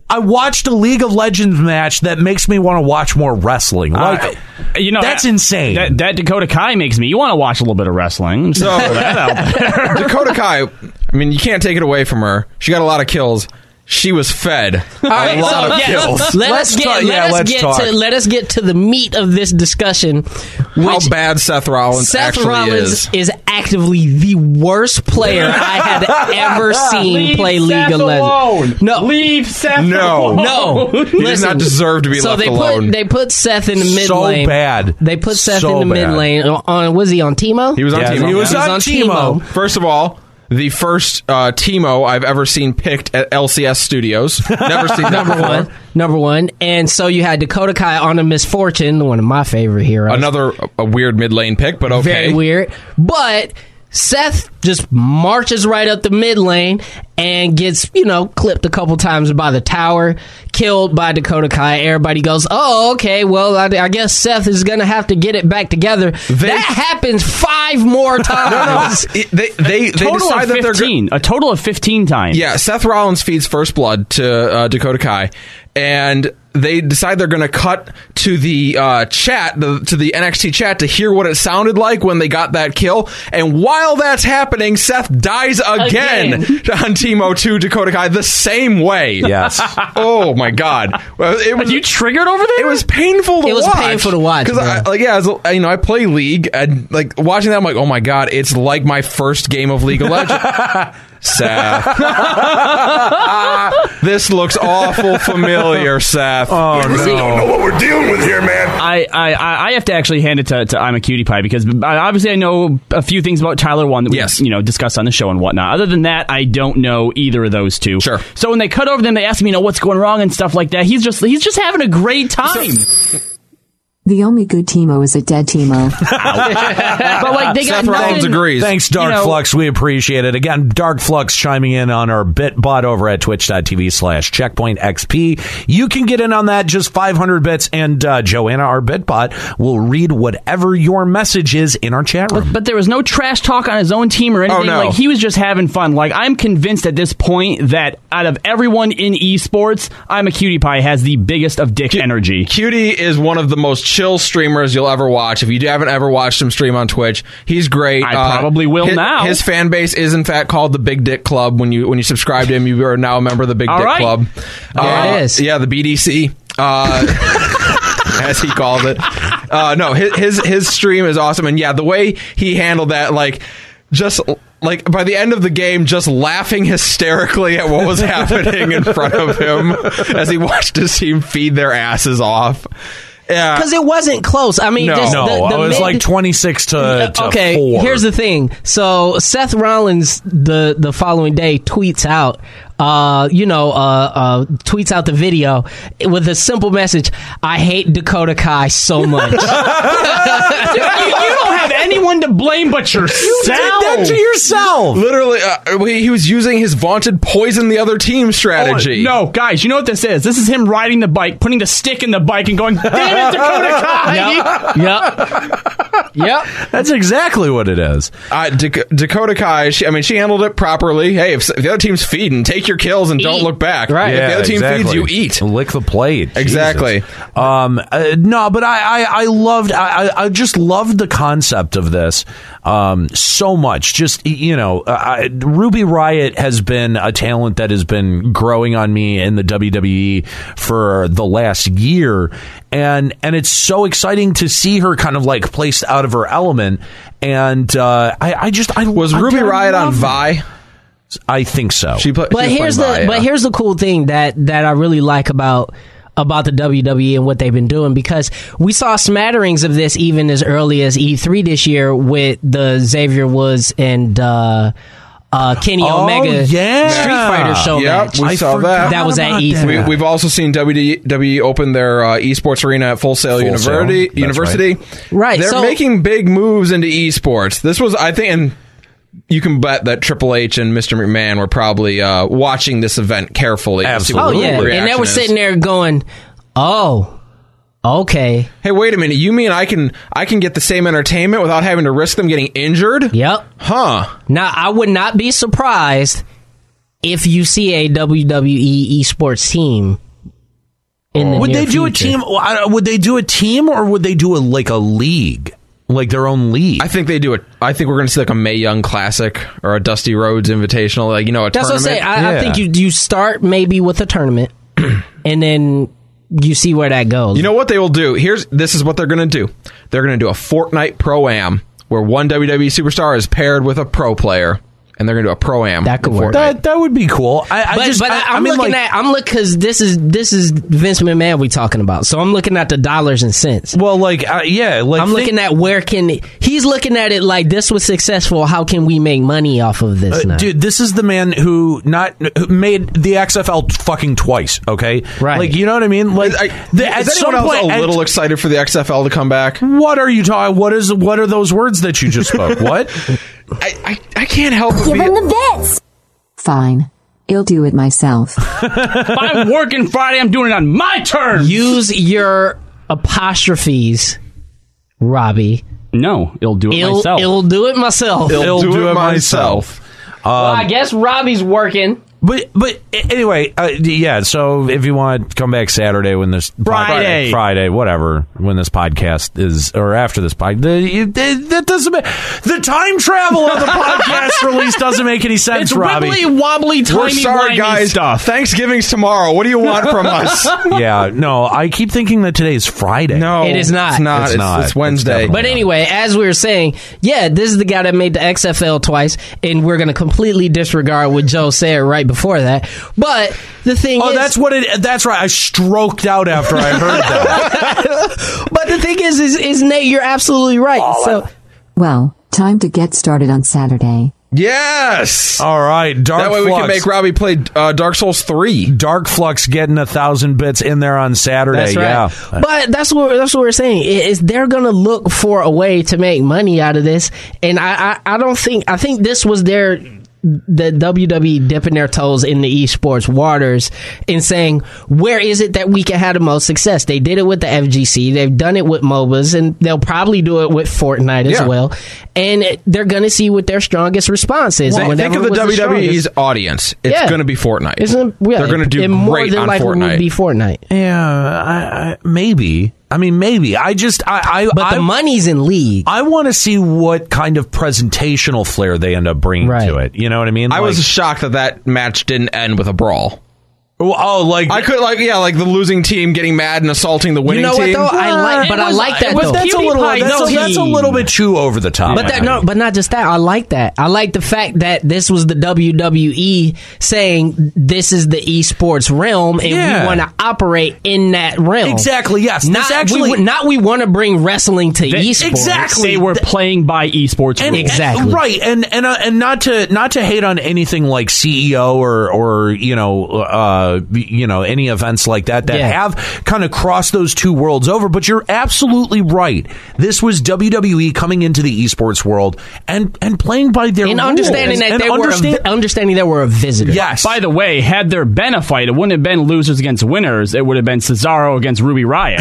Speaker 1: I watched a League of Legends match that makes me want to watch more wrestling. Like,
Speaker 6: you know,
Speaker 1: that's
Speaker 6: that-
Speaker 1: insane.
Speaker 6: That, that Dakota Kai makes me. You want to watch a little bit of wrestling? So
Speaker 5: "Oh, Dakota Kai. I mean, you can't take it away from her. She got a lot of kills. She was fed a
Speaker 4: right,
Speaker 5: lot
Speaker 4: so,
Speaker 5: of
Speaker 4: yeah,
Speaker 5: kills.
Speaker 4: Let
Speaker 1: Let's
Speaker 4: us get,
Speaker 1: talk-
Speaker 4: let
Speaker 1: yeah,
Speaker 4: us
Speaker 1: let's
Speaker 4: get
Speaker 1: talk.
Speaker 4: to let us get to the meat of this discussion,
Speaker 5: How
Speaker 4: which
Speaker 5: bad Seth Rollins
Speaker 4: Seth
Speaker 5: actually
Speaker 4: Rollins
Speaker 5: is.
Speaker 4: is. actively the worst player I had ever seen play League of Legends. No,
Speaker 6: leave Seth.
Speaker 5: No. alone.
Speaker 4: no.
Speaker 5: He does not deserve to be
Speaker 4: so
Speaker 5: left
Speaker 4: they
Speaker 5: alone.
Speaker 4: Put, they put Seth in the mid
Speaker 1: So
Speaker 4: lane.
Speaker 1: bad.
Speaker 4: They put Seth
Speaker 1: So
Speaker 4: in the
Speaker 1: bad.
Speaker 4: mid lane. On, on was he on Teemo?
Speaker 5: he was on
Speaker 1: Yeah,
Speaker 5: Teemo.
Speaker 1: he was
Speaker 4: He was
Speaker 1: on
Speaker 4: on
Speaker 1: Teemo.
Speaker 4: Teemo.
Speaker 5: First of all, the first uh, Teemo I've ever seen picked at LCS Studios. Never seen that
Speaker 4: number
Speaker 5: before.
Speaker 4: one. Number one. And so you had Dakota Kai on a misfortune, one of my favorite heroes.
Speaker 5: Another a weird mid lane pick, but okay.
Speaker 4: very weird. But Seth just marches right up the mid lane and gets, you know, clipped a couple times by the tower, killed by Dakota Kai. Everybody goes, oh, okay, well, I, I guess Seth is going to have to get it back together. that happens five more times.
Speaker 5: It- they they, they
Speaker 6: Total
Speaker 5: decide
Speaker 6: of
Speaker 5: that they're go-
Speaker 6: fifteen. a total of fifteen times.
Speaker 5: Yeah, Seth Rollins feeds first blood to uh, Dakota Kai, and they decide they're going to cut to the uh, chat, the, to the NXT chat, to hear what it sounded like when they got that kill. And while that's happening, Seth dies
Speaker 4: Again.
Speaker 5: again, on Teemo Two Dakota Kai the same way.
Speaker 1: Yes.
Speaker 5: oh my God! Well, It was
Speaker 6: you triggered over there?
Speaker 5: It was painful to watch.
Speaker 4: It was painful to watch,
Speaker 5: because I,
Speaker 4: bro.
Speaker 5: like yeah, as, a- you know, I play League and like watching that, I'm like, oh my God, it's like my first game of League of Legends. Seth. this looks awful familiar, Seth.
Speaker 9: Oh, no. really don't know what we're dealing with here, man.
Speaker 6: I, I- I, I have to actually hand it to, to I'm a cutie pie because I, obviously I know a few things about Tyler one that we
Speaker 5: Yes.
Speaker 6: you know discussed on the show and whatnot. Other than that, I don't know either of those two.
Speaker 5: Sure.
Speaker 6: So when they cut over them, they ask me, you know, what's going wrong and stuff like that. He's just he's just having a great time.
Speaker 8: The only good Timo is a dead Timo.
Speaker 6: but like they
Speaker 5: Seth
Speaker 6: got
Speaker 5: Rollins
Speaker 6: nothing.
Speaker 5: agrees.
Speaker 1: Thanks, Dark
Speaker 6: You know-
Speaker 1: Flux. We appreciate it. Again, Dark Flux chiming in on our bit bot over at twitch.tv slash checkpoint XP. You can get in on that just 500 bits, and uh, Joanna, our bit bot, will read whatever your message is in our chat room.
Speaker 6: But there was no trash talk on his own team or
Speaker 4: Oh,
Speaker 6: anything.
Speaker 5: Oh, no.
Speaker 6: Like he was just having fun. Like I'm convinced at this point that out of everyone in esports, I'm a cutie pie has the biggest of dick energy.
Speaker 5: Cutie is one of the most chill streamers you'll ever watch. If you haven't ever watched him stream on Twitch, he's great.
Speaker 6: I probably will
Speaker 5: his,
Speaker 6: now.
Speaker 5: His fan base is in fact called the Big Dick Club. When you when you subscribe to him, you are now a member of the Big
Speaker 6: All
Speaker 5: Dick
Speaker 6: right.
Speaker 5: Club. Uh,
Speaker 4: There it is.
Speaker 5: Yeah, the BDC. Uh, as he called it. Uh, no, his, his his stream is awesome, and yeah, the way he handled that, like just like by the end of the game, just laughing hysterically at what was happening in front of him as he watched his team feed their asses off. Yeah,
Speaker 4: Because it wasn't close. I mean,
Speaker 5: No.
Speaker 4: just
Speaker 1: no,
Speaker 4: the, the
Speaker 1: I was
Speaker 4: mid-
Speaker 1: like 26 to, to
Speaker 4: okay,
Speaker 1: 4.
Speaker 4: here's the thing. So Seth Rollins the the following day tweets out uh you know uh uh tweets out the video with a simple message I hate Dakota Kai so much.
Speaker 6: you, you don't have anyone to blame but
Speaker 1: Did
Speaker 6: yourself.
Speaker 1: that to yourself.
Speaker 5: literally, uh, he he was using his vaunted poison the other team strategy.
Speaker 6: Oh, No, guys, you know what this is? This is him riding the bike, putting the stick in the bike, and going, "Damn it, Dakota Kai!"
Speaker 4: yep. Yep.
Speaker 1: That's exactly what it is.
Speaker 5: Uh, Dak- Dakota Kai, she, I mean, she handled it properly. Hey, if, if the other team's feeding, take your kills and don't
Speaker 4: Eat.
Speaker 5: look back.
Speaker 4: Right.
Speaker 5: If the other team
Speaker 1: exactly.
Speaker 5: feeds, you eat.
Speaker 1: Lick the plate. Jesus.
Speaker 5: Exactly.
Speaker 1: Um, uh, no, but I, I, I loved, I, I- I just loved the concept of this um, so much. Just, y- you know, uh, I, Ruby Riot has been a talent that has been growing on me in the WWE for the last year. And, and it's so exciting to see her kind of like placed out of her element. And uh, I, I just, I
Speaker 5: Was
Speaker 1: I
Speaker 5: Ruby
Speaker 1: did
Speaker 5: Riot on
Speaker 1: love it.
Speaker 5: Vi?
Speaker 1: I think so.
Speaker 5: She put,
Speaker 4: But here's the but here's the cool thing that that I really like about about the WWE and what they've been doing because we saw smatterings of this even as early as E3 this year with the Xavier Woods and uh, uh, Kenny
Speaker 1: Oh,
Speaker 4: Omega
Speaker 1: yeah.
Speaker 4: Street Fighter show
Speaker 5: Yep,
Speaker 4: match.
Speaker 5: we
Speaker 1: I
Speaker 5: saw
Speaker 1: forgot
Speaker 5: that.
Speaker 4: That was at E
Speaker 1: about
Speaker 4: E3.
Speaker 5: We,
Speaker 1: that.
Speaker 5: We've also seen WWE open their uh, esports arena at Full Sail
Speaker 1: Full Sail,
Speaker 5: University.
Speaker 1: that's
Speaker 5: University,
Speaker 4: Right,
Speaker 5: They're
Speaker 4: so-
Speaker 5: making big moves into esports. This was, I think, and you can bet that Triple H and Mr. McMahon were probably uh, watching this event carefully. to see what
Speaker 4: Oh
Speaker 5: the
Speaker 4: yeah,
Speaker 5: reaction
Speaker 4: and they were
Speaker 5: is.
Speaker 4: sitting there going, "Oh, okay,
Speaker 5: Hey, wait a minute. You mean I can I can get the same entertainment without having to risk them getting injured?
Speaker 4: yep."
Speaker 5: Huh.
Speaker 4: Now, I would not be surprised if you see a WWE esports team. In the
Speaker 1: would
Speaker 4: near
Speaker 1: they do a
Speaker 4: future.
Speaker 1: team well, I- would they do a team or would they do a like a league like their own league
Speaker 5: I think they do it. I think we're going to see like a May Young Classic or a Dusty Rhodes Invitational, like you know, a
Speaker 4: That's what I'm
Speaker 5: tournament.
Speaker 4: saying. I,
Speaker 1: Yeah.
Speaker 4: I think you you start maybe with a tournament, and then you see where that goes.
Speaker 5: You know what they will do? Here's this is what they're going to do. They're going to do a Fortnite Pro Am where one WWE superstar is paired with a pro player, and they're going to do a Pro Am.
Speaker 4: That could
Speaker 5: in
Speaker 4: work.
Speaker 5: Fortnite.
Speaker 1: that that would be cool I, I
Speaker 4: but,
Speaker 1: just
Speaker 4: but
Speaker 1: I,
Speaker 4: I,
Speaker 1: I
Speaker 4: am
Speaker 1: mean,
Speaker 4: looking
Speaker 1: like,
Speaker 4: at I'm look because this is this is Vince McMahon we talking about. So I'm looking at the dollars and cents.
Speaker 1: well like uh, yeah like
Speaker 4: I'm looking at where can he's looking at it like this was successful. How can we make money off of this? now?
Speaker 1: Dude, this is the man who not who made the XFL fucking twice. Okay,
Speaker 4: Right.
Speaker 1: Like you know what I mean? Like
Speaker 5: I-
Speaker 1: the- at
Speaker 5: is
Speaker 1: some
Speaker 5: anyone else
Speaker 1: point-
Speaker 5: a
Speaker 1: at- Mm-hmm.
Speaker 5: little excited for the XFL to come back?
Speaker 1: what are you talking? What is what are those words that you just spoke? what?
Speaker 5: I, I, I can't help but
Speaker 2: Give
Speaker 5: be-
Speaker 2: him the vets.
Speaker 8: Fine. I'll do it myself.
Speaker 6: If I'm working Friday, I'm doing it on my terms.
Speaker 4: use your apostrophes, Robbie.
Speaker 6: no, it'll do it
Speaker 4: It'll
Speaker 6: myself.
Speaker 4: it'll do it myself.
Speaker 5: I'll
Speaker 1: I'll
Speaker 5: do
Speaker 1: do
Speaker 5: it
Speaker 1: it
Speaker 5: myself.
Speaker 4: well, I guess Robbie's working.
Speaker 1: But but a- anyway, uh, yeah. So if you want, come back Saturday when this pod-
Speaker 6: Friday.
Speaker 1: Friday, whatever, when this podcast is, or after this podcast, that doesn't make the time travel of the podcast release doesn't make any sense.
Speaker 6: It's
Speaker 1: Robbie.
Speaker 6: wibbly wobbly tiny
Speaker 5: We're sorry, guys.
Speaker 6: stuff.
Speaker 5: Thanksgiving's tomorrow. What do you want from us?
Speaker 1: Yeah, no, I keep thinking that today is Friday.
Speaker 5: No,
Speaker 4: It is not.
Speaker 5: It's not.
Speaker 1: It's
Speaker 5: It's,
Speaker 1: not.
Speaker 5: it's
Speaker 1: It's
Speaker 5: Wednesday.
Speaker 1: definitely-
Speaker 4: But anyway, as we were saying, yeah, this is the guy that made the XFL twice, and we're going to completely disregard what Joe said right before that. But the thing
Speaker 1: Oh,
Speaker 4: is,
Speaker 1: that's what it. That's right. I stroked out after I heard that.
Speaker 4: but the thing is, is, is Nate, you're absolutely right.
Speaker 1: Oh,
Speaker 4: so
Speaker 8: Well, time to get started on Saturday.
Speaker 5: yes.
Speaker 1: All right, dark.
Speaker 5: that way we
Speaker 1: flux.
Speaker 5: can make Robbie play uh, Dark Souls three.
Speaker 1: Dark Flux getting a thousand bits in there on Saturday.
Speaker 4: that's right.
Speaker 1: Yeah.
Speaker 4: But that's what that's what we're saying. i- Is they're going to look for a way to make money out of this, and I, I I don't think I think this was their the WWE dipping their toes in the esports waters and saying where is it that we can have the most success? They did it with the FGC, they've done it with MOBAs, and they'll probably do it with Fortnite as
Speaker 5: Yeah.
Speaker 4: well. And it- they're going to see what their strongest response is. and
Speaker 5: Think- think
Speaker 4: whatever
Speaker 5: of the
Speaker 4: was
Speaker 5: WWE's
Speaker 4: strongest-
Speaker 5: audience. It's
Speaker 4: Yeah.
Speaker 5: going to be Fortnite.
Speaker 4: Isn't, yeah,
Speaker 5: They're going to do
Speaker 4: and more
Speaker 5: great
Speaker 4: than
Speaker 5: on
Speaker 4: likely
Speaker 5: Fortnite.
Speaker 4: Would be Fortnite.
Speaker 1: Yeah. I, I, maybe. I mean, maybe. I just. I. I
Speaker 4: But
Speaker 1: I,
Speaker 4: the money's in league.
Speaker 1: I want to see what kind of presentational flair they end up bringing
Speaker 4: Right.
Speaker 1: to it. You know what I mean?
Speaker 5: I was
Speaker 1: Like-
Speaker 5: shocked that that match didn't end with a brawl.
Speaker 1: oh, like
Speaker 5: I could like yeah, like the losing team getting mad and assaulting the
Speaker 4: You
Speaker 5: winning
Speaker 4: know what
Speaker 5: team.
Speaker 4: though? I like, but
Speaker 6: It
Speaker 4: I
Speaker 6: was-
Speaker 4: like
Speaker 6: it
Speaker 4: that
Speaker 6: was
Speaker 4: though.
Speaker 6: That's a little-
Speaker 1: that's,
Speaker 6: that's
Speaker 1: a,
Speaker 6: a- that's a
Speaker 1: little
Speaker 6: little
Speaker 1: bit
Speaker 6: bit
Speaker 1: too over the top.
Speaker 4: But that, no, but not just that. I like that. I like the fact that this was the WWE saying this is the esports realm, and
Speaker 1: Yeah.
Speaker 4: we want to operate in that realm.
Speaker 1: Exactly, yes. This
Speaker 4: Not
Speaker 1: actually-
Speaker 4: we, would- not we want to bring wrestling to esports.
Speaker 1: exactly.
Speaker 6: They were playing by esports
Speaker 1: And-
Speaker 6: rules.
Speaker 4: Exactly.
Speaker 1: and- right, and and uh, and not to not to hate on anything like CEO or or you know uh, you know any events like that that
Speaker 4: Yeah.
Speaker 1: have kind of crossed those two worlds over. But you're absolutely right. This was WWE coming into the esports world and and playing by their
Speaker 4: And
Speaker 1: rules.
Speaker 4: understanding that
Speaker 1: And
Speaker 4: they were a,
Speaker 1: understand-
Speaker 4: vi- understanding that we're a visitor.
Speaker 1: yes.
Speaker 6: By the way, had there been a fight, it wouldn't have been losers against winners. It would have been Cesaro against Ruby Riot.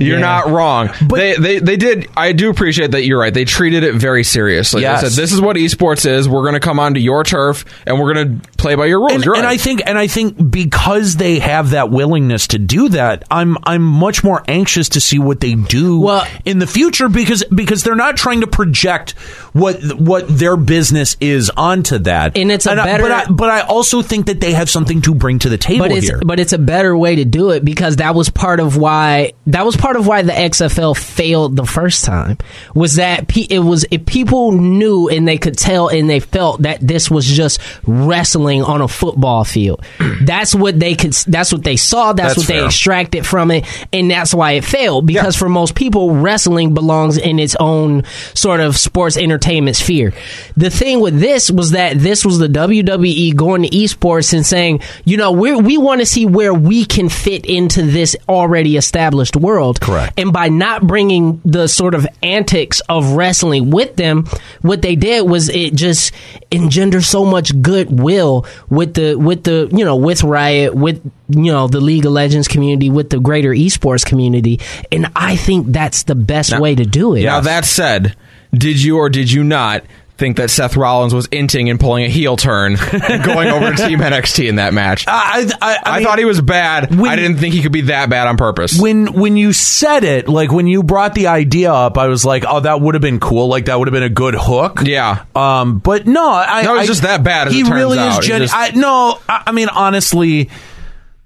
Speaker 5: You're not wrong. they, they they did. I do appreciate that. You're right. They treated it very seriously.
Speaker 1: Yes.
Speaker 5: They said this is what esports is. We're going to come onto your turf and we're going to play by your rules.
Speaker 1: and,
Speaker 5: you're
Speaker 1: and
Speaker 5: right.
Speaker 1: I think and I think because they have that willingness to do that, I'm I'm much more anxious to see what they do
Speaker 4: Well-
Speaker 1: in the future because because they're not trying to project what what their business is onto that.
Speaker 4: And it's a
Speaker 1: I-
Speaker 4: better-
Speaker 1: but I, but I also think that they have something to bring to the table
Speaker 4: but it's
Speaker 1: here.
Speaker 4: but it's a better way to do it because that was part of why that was part of why the XFL failed the first time was that pe- it was if people knew and they could tell and they felt that this was just wrestling on a football field. that's what they could. That's what they saw. That's,
Speaker 1: That's
Speaker 4: what they
Speaker 1: fair.
Speaker 4: extracted from it, and that's why it failed. Because for most people, wrestling belongs in its own sort of sports entertainment sphere. The thing with this was that this was the WWE going to esports and saying, you know, we we want to see where we can fit into this already established world.
Speaker 1: Correct.
Speaker 4: And by not bringing the sort of antics of wrestling with them, what they did was it just engendered so much goodwill with the with the you know with Riot, with you know the League of Legends community, with the greater esports community, and I think that's the best way to do it.
Speaker 5: Now that said, did you or did you not think that Seth Rollins was inting and pulling a heel turn and going over to Team NXT in that match?
Speaker 1: I, I, I,
Speaker 5: I,
Speaker 1: mean-
Speaker 5: thought he was bad.
Speaker 1: when-
Speaker 5: I didn't think he could be that bad on purpose.
Speaker 1: when when you said it, like when you brought the idea up, I was like, "Oh, that would have been cool. Like that would have been a good hook."
Speaker 5: Yeah.
Speaker 1: Um. But no, I.
Speaker 5: No,
Speaker 1: I
Speaker 5: it's just that bad as
Speaker 1: he
Speaker 5: it turns
Speaker 1: really
Speaker 5: out.
Speaker 1: is.
Speaker 5: It
Speaker 1: Gen-
Speaker 5: just-
Speaker 1: I, no, I, I mean honestly.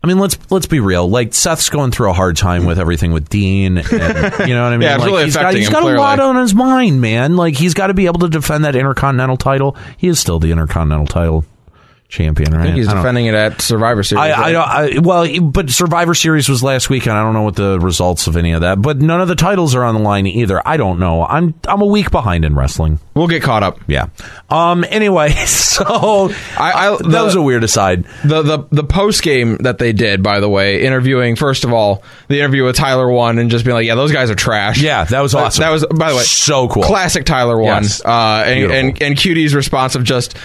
Speaker 1: I mean, let's let's be real. Like Seth's going through a hard time with everything with Dean. And, you know what I mean?
Speaker 5: Yeah, it's
Speaker 1: like,
Speaker 5: really
Speaker 1: he's got,
Speaker 5: affecting
Speaker 1: he's
Speaker 5: him,
Speaker 1: got a
Speaker 5: clearly.
Speaker 1: lot on his mind, man. Like he's got to be able to defend that Intercontinental title. He is still the Intercontinental title champion, right?
Speaker 5: I think he's
Speaker 1: I don't-
Speaker 5: defending it at Survivor Series.
Speaker 1: I, I,
Speaker 5: right?
Speaker 1: don't- I well, but Survivor Series was last weekend. I don't know what the results of any of that, but none of the titles are on the line either. I don't know. I'm I'm a week behind in wrestling.
Speaker 5: We'll get caught up.
Speaker 1: Yeah. Um. Anyway, so
Speaker 5: I- I-
Speaker 1: that was
Speaker 5: the-
Speaker 1: a weird aside.
Speaker 5: The the the post game that they did, by the way, interviewing first of all the interview with Tyler one and just being like, yeah, those guys are trash. Uh,
Speaker 1: Yeah, that was awesome.
Speaker 5: That was by the way
Speaker 1: So cool.
Speaker 5: Classic Tyler one.
Speaker 1: Yes.
Speaker 5: Uh, and,
Speaker 1: Beautiful.
Speaker 5: and and Cutie's response of just.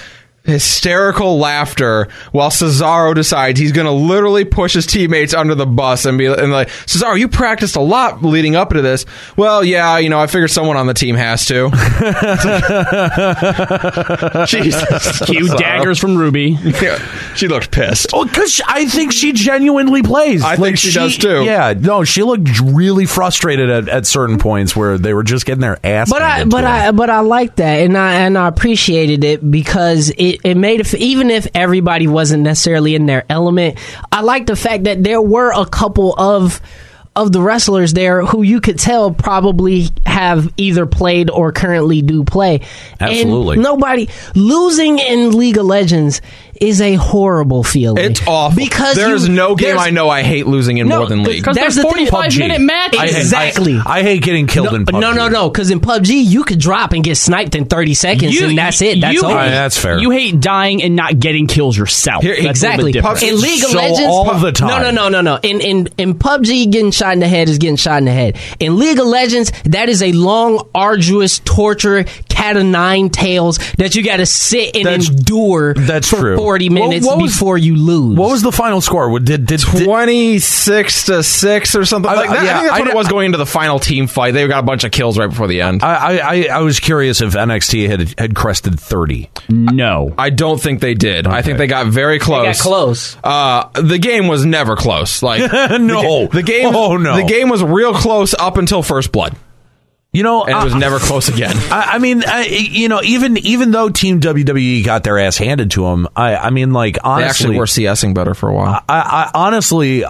Speaker 5: hysterical laughter while Cesaro decides he's going to literally push his teammates under the bus and be and like, Cesaro, you practiced a lot leading up to this. Well, yeah, you know, I figure someone on the team has to.
Speaker 6: Jesus. Cue daggers from Ruby.
Speaker 5: Yeah, she looked pissed.
Speaker 1: Well, because I think she genuinely plays.
Speaker 5: I think she does, too.
Speaker 1: Yeah, no, she looked really frustrated at, at certain points where they were just getting their ass.
Speaker 4: But I,
Speaker 1: handed
Speaker 4: but
Speaker 1: to
Speaker 4: I,
Speaker 1: them.
Speaker 4: but I like that, and I and I appreciated it because it it made it, even if everybody wasn't necessarily in their element, I like the fact that there were a couple of of the wrestlers there who you could tell probably have either played or currently do play. And
Speaker 1: Absolutely.
Speaker 4: nobody losing in League of Legends is a horrible feeling.
Speaker 5: It's awful.
Speaker 4: because
Speaker 5: there
Speaker 4: you-
Speaker 5: is no game
Speaker 4: there's-
Speaker 5: I know I hate losing in
Speaker 4: No,
Speaker 5: more than league.
Speaker 6: Because
Speaker 4: That's
Speaker 6: there's
Speaker 4: the thing,
Speaker 6: 45
Speaker 1: PUBG.
Speaker 6: minute matches.
Speaker 1: I hate- I-
Speaker 4: Exactly.
Speaker 1: I, hate getting killed in
Speaker 4: No,
Speaker 1: PUBG.
Speaker 4: no, no, no. Because in PUBG, you could drop and get sniped in thirty seconds, and that's it. That's
Speaker 6: you-
Speaker 4: over.
Speaker 1: Alright, that's fair.
Speaker 6: You hate dying and not getting kills yourself.
Speaker 5: Here-
Speaker 6: That's a little
Speaker 4: Exactly.
Speaker 6: bit different.
Speaker 4: In League of
Speaker 1: So
Speaker 4: Legends,
Speaker 1: all the time.
Speaker 4: No, no, no, no, no. In in in PUBG, getting shot in the head is getting shot in the head. In League of Legends, that is a long, arduous torture, cat of nine tails that you got to sit and
Speaker 1: That's-
Speaker 4: endure.
Speaker 1: that's
Speaker 4: for
Speaker 1: true.
Speaker 4: Forty
Speaker 1: What-
Speaker 4: minutes
Speaker 1: what was-
Speaker 4: before you lose.
Speaker 1: What was the final score? What Did did, did
Speaker 5: Twenty six to six or something.
Speaker 1: I-
Speaker 5: like that.
Speaker 1: yeah,
Speaker 5: I think that's
Speaker 1: I
Speaker 5: what
Speaker 1: d-
Speaker 5: it was going into the final team fight. They got a bunch of kills right before the end. I,
Speaker 1: I, I, I- I was curious if NXT had had crested thirty.
Speaker 6: No.
Speaker 5: don't think they did. I think they got very close.
Speaker 4: got close.
Speaker 5: Uh, the game was never close. Like
Speaker 1: No.
Speaker 5: the, ga- the game.
Speaker 1: Oh, no.
Speaker 5: the game was real close up until first blood,
Speaker 1: You know,
Speaker 5: and it was
Speaker 1: I-
Speaker 5: never close again.
Speaker 1: I, I mean, I, you know, even even though Team WWE got their ass handed to them, I, I mean, like
Speaker 5: They
Speaker 1: honestly, Ah.
Speaker 5: actually were CSing better for a while.
Speaker 1: I, I honestly, uh,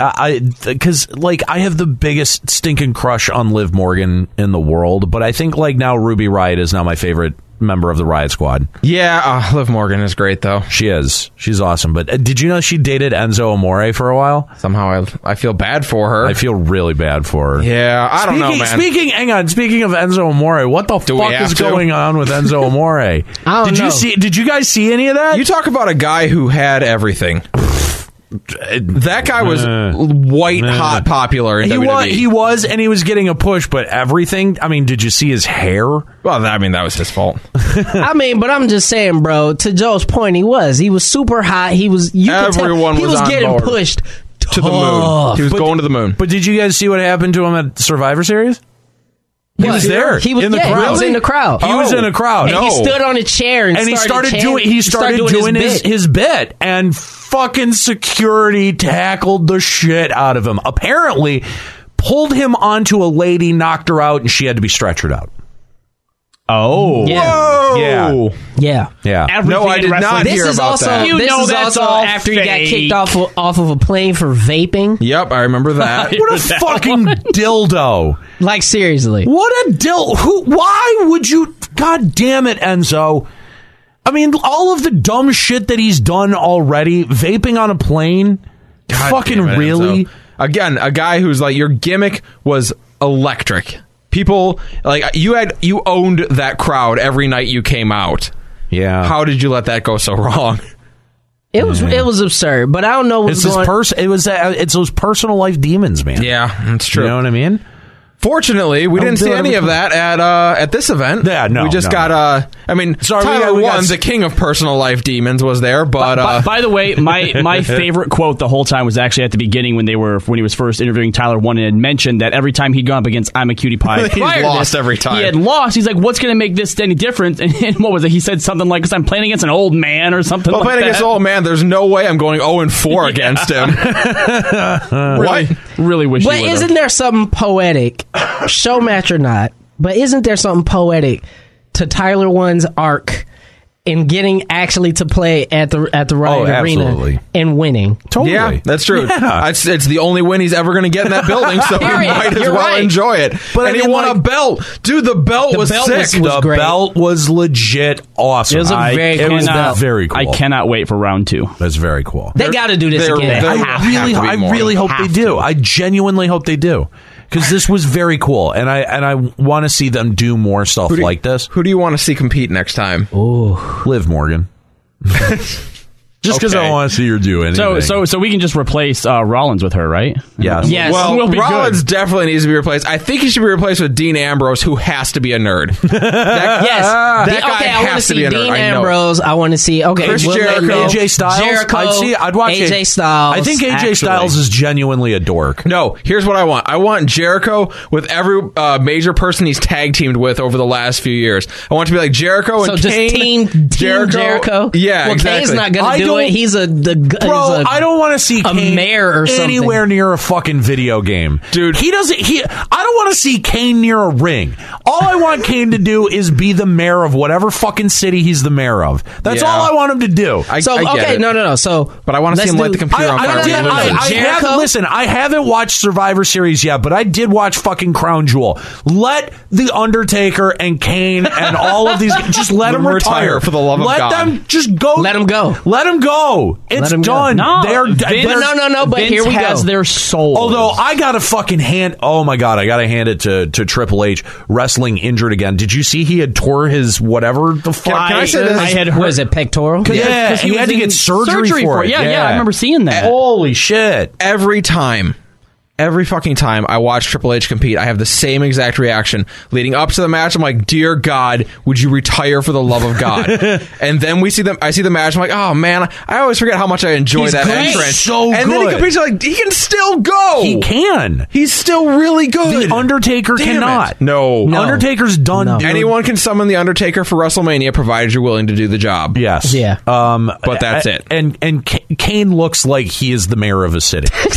Speaker 1: I because like I have the biggest stinking crush on Liv Morgan in the world, but I think like now Ruby Riot is now my favorite member of the Riot Squad.
Speaker 5: yeah, uh, Liv Morgan is great though.
Speaker 1: She is, she's awesome. But uh, did you know she dated Enzo Amore for a while?
Speaker 5: Somehow I I feel bad for her.
Speaker 1: I feel really bad for her.
Speaker 5: yeah, I don't
Speaker 1: speaking,
Speaker 5: know, man.
Speaker 1: Speaking, hang on. Speaking of Enzo Amore, what the
Speaker 5: we
Speaker 1: fuck
Speaker 5: have
Speaker 1: is
Speaker 5: to?
Speaker 1: going on with Enzo Amore?
Speaker 4: don't
Speaker 1: did
Speaker 4: know.
Speaker 1: you see? Did you guys see any of that?
Speaker 5: You talk about a guy who had everything. That guy was white hot popular in E.
Speaker 1: he
Speaker 5: WWE.
Speaker 1: was, he was, and he was getting a push, but everything. I mean, did you see his hair?
Speaker 5: well, that- I mean, that was his fault.
Speaker 4: I mean, but I'm just saying, bro. To Joe's point, he was. He was super hot. He was. You could tell
Speaker 5: Everyone
Speaker 4: he
Speaker 5: was
Speaker 4: was
Speaker 5: on
Speaker 4: getting
Speaker 5: board.
Speaker 4: pushed
Speaker 5: to the
Speaker 4: Oh,
Speaker 5: moon. He was going to the moon.
Speaker 1: But did you guys see what happened to him at Survivor Series? He was there.
Speaker 4: He was
Speaker 1: in the
Speaker 4: yeah,
Speaker 1: crowd.
Speaker 4: He was in the crowd. Oh.
Speaker 1: He was in the crowd.
Speaker 4: And he
Speaker 1: No.
Speaker 4: stood on a chair and,
Speaker 1: and he started
Speaker 4: chanting-
Speaker 1: doing he started, doing his,
Speaker 4: bit.
Speaker 1: his bit and fucking security tackled the shit out of him apparently pulled him onto a lady knocked her out and she had to be stretchered out
Speaker 6: Oh.
Speaker 4: yeah.
Speaker 1: yeah
Speaker 4: yeah.
Speaker 1: yeah
Speaker 6: Everything
Speaker 5: No, I
Speaker 6: in
Speaker 5: did
Speaker 6: wrestling-
Speaker 5: not
Speaker 4: This
Speaker 5: hear
Speaker 4: is
Speaker 5: about
Speaker 4: also
Speaker 5: that.
Speaker 6: You
Speaker 4: this
Speaker 6: know
Speaker 4: is
Speaker 6: that's
Speaker 4: also
Speaker 6: all
Speaker 4: after he got
Speaker 6: fake.
Speaker 4: kicked off of, off of a plane for vaping.
Speaker 5: Yep, I remember that.
Speaker 1: what a fucking dildo
Speaker 4: Like seriously,
Speaker 1: what a dill who why would you god damn it enzo i mean all of the dumb shit that he's done already vaping on a plane
Speaker 5: God
Speaker 1: fucking
Speaker 5: damn it,
Speaker 1: really
Speaker 5: Enzo. Again, a guy who's like your gimmick was electric. People like you had you owned that crowd every night you came out.
Speaker 1: yeah
Speaker 5: How did you let that go so wrong?
Speaker 4: it was it was absurd. But I don't know what's
Speaker 1: it's his
Speaker 4: going.
Speaker 1: pers- it was that it's those personal life demons man
Speaker 5: Yeah, that's true.
Speaker 1: You know what I mean?
Speaker 5: Fortunately, we
Speaker 1: I'm
Speaker 5: didn't see
Speaker 1: doing
Speaker 5: any of
Speaker 1: everything.
Speaker 5: that at uh, at this event.
Speaker 1: Yeah, no,
Speaker 5: we just
Speaker 1: no.
Speaker 5: got. Uh, I mean,
Speaker 1: Sorry, we
Speaker 5: Tyler
Speaker 1: got- we got
Speaker 5: one,
Speaker 1: s-
Speaker 5: the king of personal life demons, was there, but
Speaker 6: By,
Speaker 5: uh,
Speaker 6: by the way, my, my favorite quote the whole time was actually at the beginning when they were when he was first interviewing Tyler One and had mentioned that every time he'd gone up against I'm a cutie pie,
Speaker 5: He's
Speaker 6: prior to
Speaker 5: lost
Speaker 6: this,
Speaker 5: every time.
Speaker 6: He had lost. He's like, what's going to make this any different? And, what was it? He said something like, "Cause I'm playing against an old man or something."
Speaker 5: well,
Speaker 6: like
Speaker 5: playing
Speaker 6: that.
Speaker 5: against old man, there's no way I'm going zero and four against him. what?
Speaker 6: Really wish.
Speaker 4: But
Speaker 6: he would've.
Speaker 4: isn't there something poetic, show match or not? But isn't there something poetic to Tyler One's arc in getting actually to play at the at the Riot
Speaker 1: absolutely.
Speaker 4: Arena and winning?
Speaker 1: Totally.
Speaker 5: Yeah, that's true.
Speaker 1: Yeah.
Speaker 5: It's, it's the only win he's ever going to get in that building, so he
Speaker 4: Period.
Speaker 5: might as
Speaker 4: You're
Speaker 5: well
Speaker 4: right.
Speaker 5: enjoy it.
Speaker 1: But
Speaker 5: But
Speaker 1: I
Speaker 5: and
Speaker 1: mean,
Speaker 5: he won
Speaker 1: like-
Speaker 5: a belt, dude. The belt was
Speaker 4: belt
Speaker 5: sick.
Speaker 4: was- was
Speaker 1: the
Speaker 4: great.
Speaker 1: belt was legit awesome.
Speaker 4: It was a
Speaker 1: I-
Speaker 4: very
Speaker 1: it was
Speaker 4: cannot-
Speaker 1: very cool.
Speaker 6: uh, I cannot wait for round two.
Speaker 1: That's very cool.
Speaker 4: They got to do this
Speaker 5: they're-
Speaker 4: again.
Speaker 5: they're-
Speaker 1: I
Speaker 5: There will have
Speaker 1: really,
Speaker 5: to be
Speaker 1: I
Speaker 5: more.
Speaker 1: really hope they
Speaker 5: Have
Speaker 1: do. I genuinely hope they do because this was very cool, and I and I want to see them do more stuff
Speaker 5: Who do you-
Speaker 1: like this.
Speaker 5: Who do you want to see compete next time?
Speaker 1: Liv Morgan. Just because I
Speaker 6: Okay.
Speaker 1: don't want to see her do anything.
Speaker 6: So so so we can just replace uh, Rollins with her, right?
Speaker 1: Yes.
Speaker 6: Yes.
Speaker 5: Well,
Speaker 6: We'll be
Speaker 5: Rollins definitely needs to be replaced. I think he should be replaced with Dean Ambrose, who has to be a nerd. That-
Speaker 4: Uh, Yes.
Speaker 5: that
Speaker 4: The-
Speaker 5: guy
Speaker 4: okay, I want to
Speaker 5: has to
Speaker 4: see
Speaker 5: be a nerd.
Speaker 4: Dean
Speaker 5: I know.
Speaker 4: Ambrose. I want to see. Okay,
Speaker 1: Chris
Speaker 4: Will
Speaker 1: Jericho,
Speaker 4: Lane,
Speaker 1: AJ Styles.
Speaker 4: Jericho,
Speaker 1: I'd see. I'd watch
Speaker 4: AJ
Speaker 1: it.
Speaker 4: Styles.
Speaker 1: I think AJ
Speaker 4: actually.
Speaker 1: Styles is genuinely a dork.
Speaker 5: No, here's what I want. I want Jericho with every uh, major person he's tag teamed with over the last few years. I want to be like Jericho and
Speaker 4: So just
Speaker 5: Kane,
Speaker 4: team, team Jericho,
Speaker 5: Yeah,
Speaker 4: well,
Speaker 5: exactly.
Speaker 4: Kane's not gonna
Speaker 1: I
Speaker 4: do
Speaker 1: don't-
Speaker 4: it. He's a the
Speaker 1: Bro,
Speaker 4: I
Speaker 1: I don't want to see
Speaker 4: a
Speaker 1: Kane
Speaker 4: mayor or something.
Speaker 1: anywhere near a fucking video game,
Speaker 5: Dude.
Speaker 1: He doesn't. He. I don't want to see Kane near a ring. All I want Kane to do is be the mayor of whatever fucking city he's the mayor of. That's
Speaker 5: Yeah.
Speaker 1: all I want him to do.
Speaker 5: I,
Speaker 4: So
Speaker 5: I get
Speaker 4: okay,
Speaker 5: it.
Speaker 4: no, no, no. So,
Speaker 5: But I wanna see
Speaker 4: let's
Speaker 5: him light
Speaker 4: do-
Speaker 5: the computer on
Speaker 1: I,
Speaker 5: fire
Speaker 1: I,
Speaker 5: with
Speaker 1: did-
Speaker 5: a
Speaker 1: I-
Speaker 5: balloon.
Speaker 1: I
Speaker 4: Jericho?
Speaker 1: haven't, listen, I haven't watched Survivor Series yet, but I did watch fucking Crown Jewel. Let the Undertaker and Kane and all of these just let them retire
Speaker 5: Retire, for the love of
Speaker 1: let
Speaker 5: God.
Speaker 1: them just go.
Speaker 4: Let 'em go.
Speaker 1: Let them go. It's
Speaker 4: 'em go.
Speaker 1: done.
Speaker 6: No,
Speaker 1: they're,
Speaker 6: Vince-
Speaker 1: they're-
Speaker 4: no, no, no, but
Speaker 6: Vince
Speaker 4: here we
Speaker 6: has
Speaker 4: go.
Speaker 6: Their soul.
Speaker 1: Although I gotta fucking hand, oh my god, I gotta hand it to to Triple H. Wrestling injured again. Did you see he had tore his whatever the fuck?
Speaker 5: Can I say this?
Speaker 6: I had
Speaker 4: what
Speaker 6: heard
Speaker 4: is it? Pectoral.
Speaker 1: yeah, he,
Speaker 6: was
Speaker 1: had to
Speaker 6: in
Speaker 1: get surgery,
Speaker 6: surgery
Speaker 1: for
Speaker 6: for
Speaker 1: it.
Speaker 6: it. Yeah, yeah, I remember seeing that.
Speaker 1: Holy shit!
Speaker 5: every time, every fucking time I watch Triple H compete, I have the same exact reaction. Leading up to the match, I'm like, "Dear God, would you retire for the love of God?" and then we see them. I see the match. I'm like, "Oh man, I always forget how much I enjoy
Speaker 1: He's
Speaker 5: that
Speaker 1: great.
Speaker 5: entrance."
Speaker 1: So
Speaker 5: and then he
Speaker 1: good.
Speaker 5: competes. I'm like he can still go.
Speaker 1: He can.
Speaker 5: He's still really good.
Speaker 1: The Undertaker
Speaker 5: Damn it.
Speaker 1: cannot.
Speaker 5: No.
Speaker 4: No.
Speaker 1: Undertaker's done.
Speaker 4: No.
Speaker 1: dude.
Speaker 5: Anyone can summon the Undertaker for WrestleMania, provided you're willing to do the job.
Speaker 1: Yes.
Speaker 4: Yeah.
Speaker 1: Um.
Speaker 5: But that's
Speaker 1: a-
Speaker 5: it.
Speaker 1: And and K- Kane looks like he is the mayor of a city.
Speaker 5: yeah. He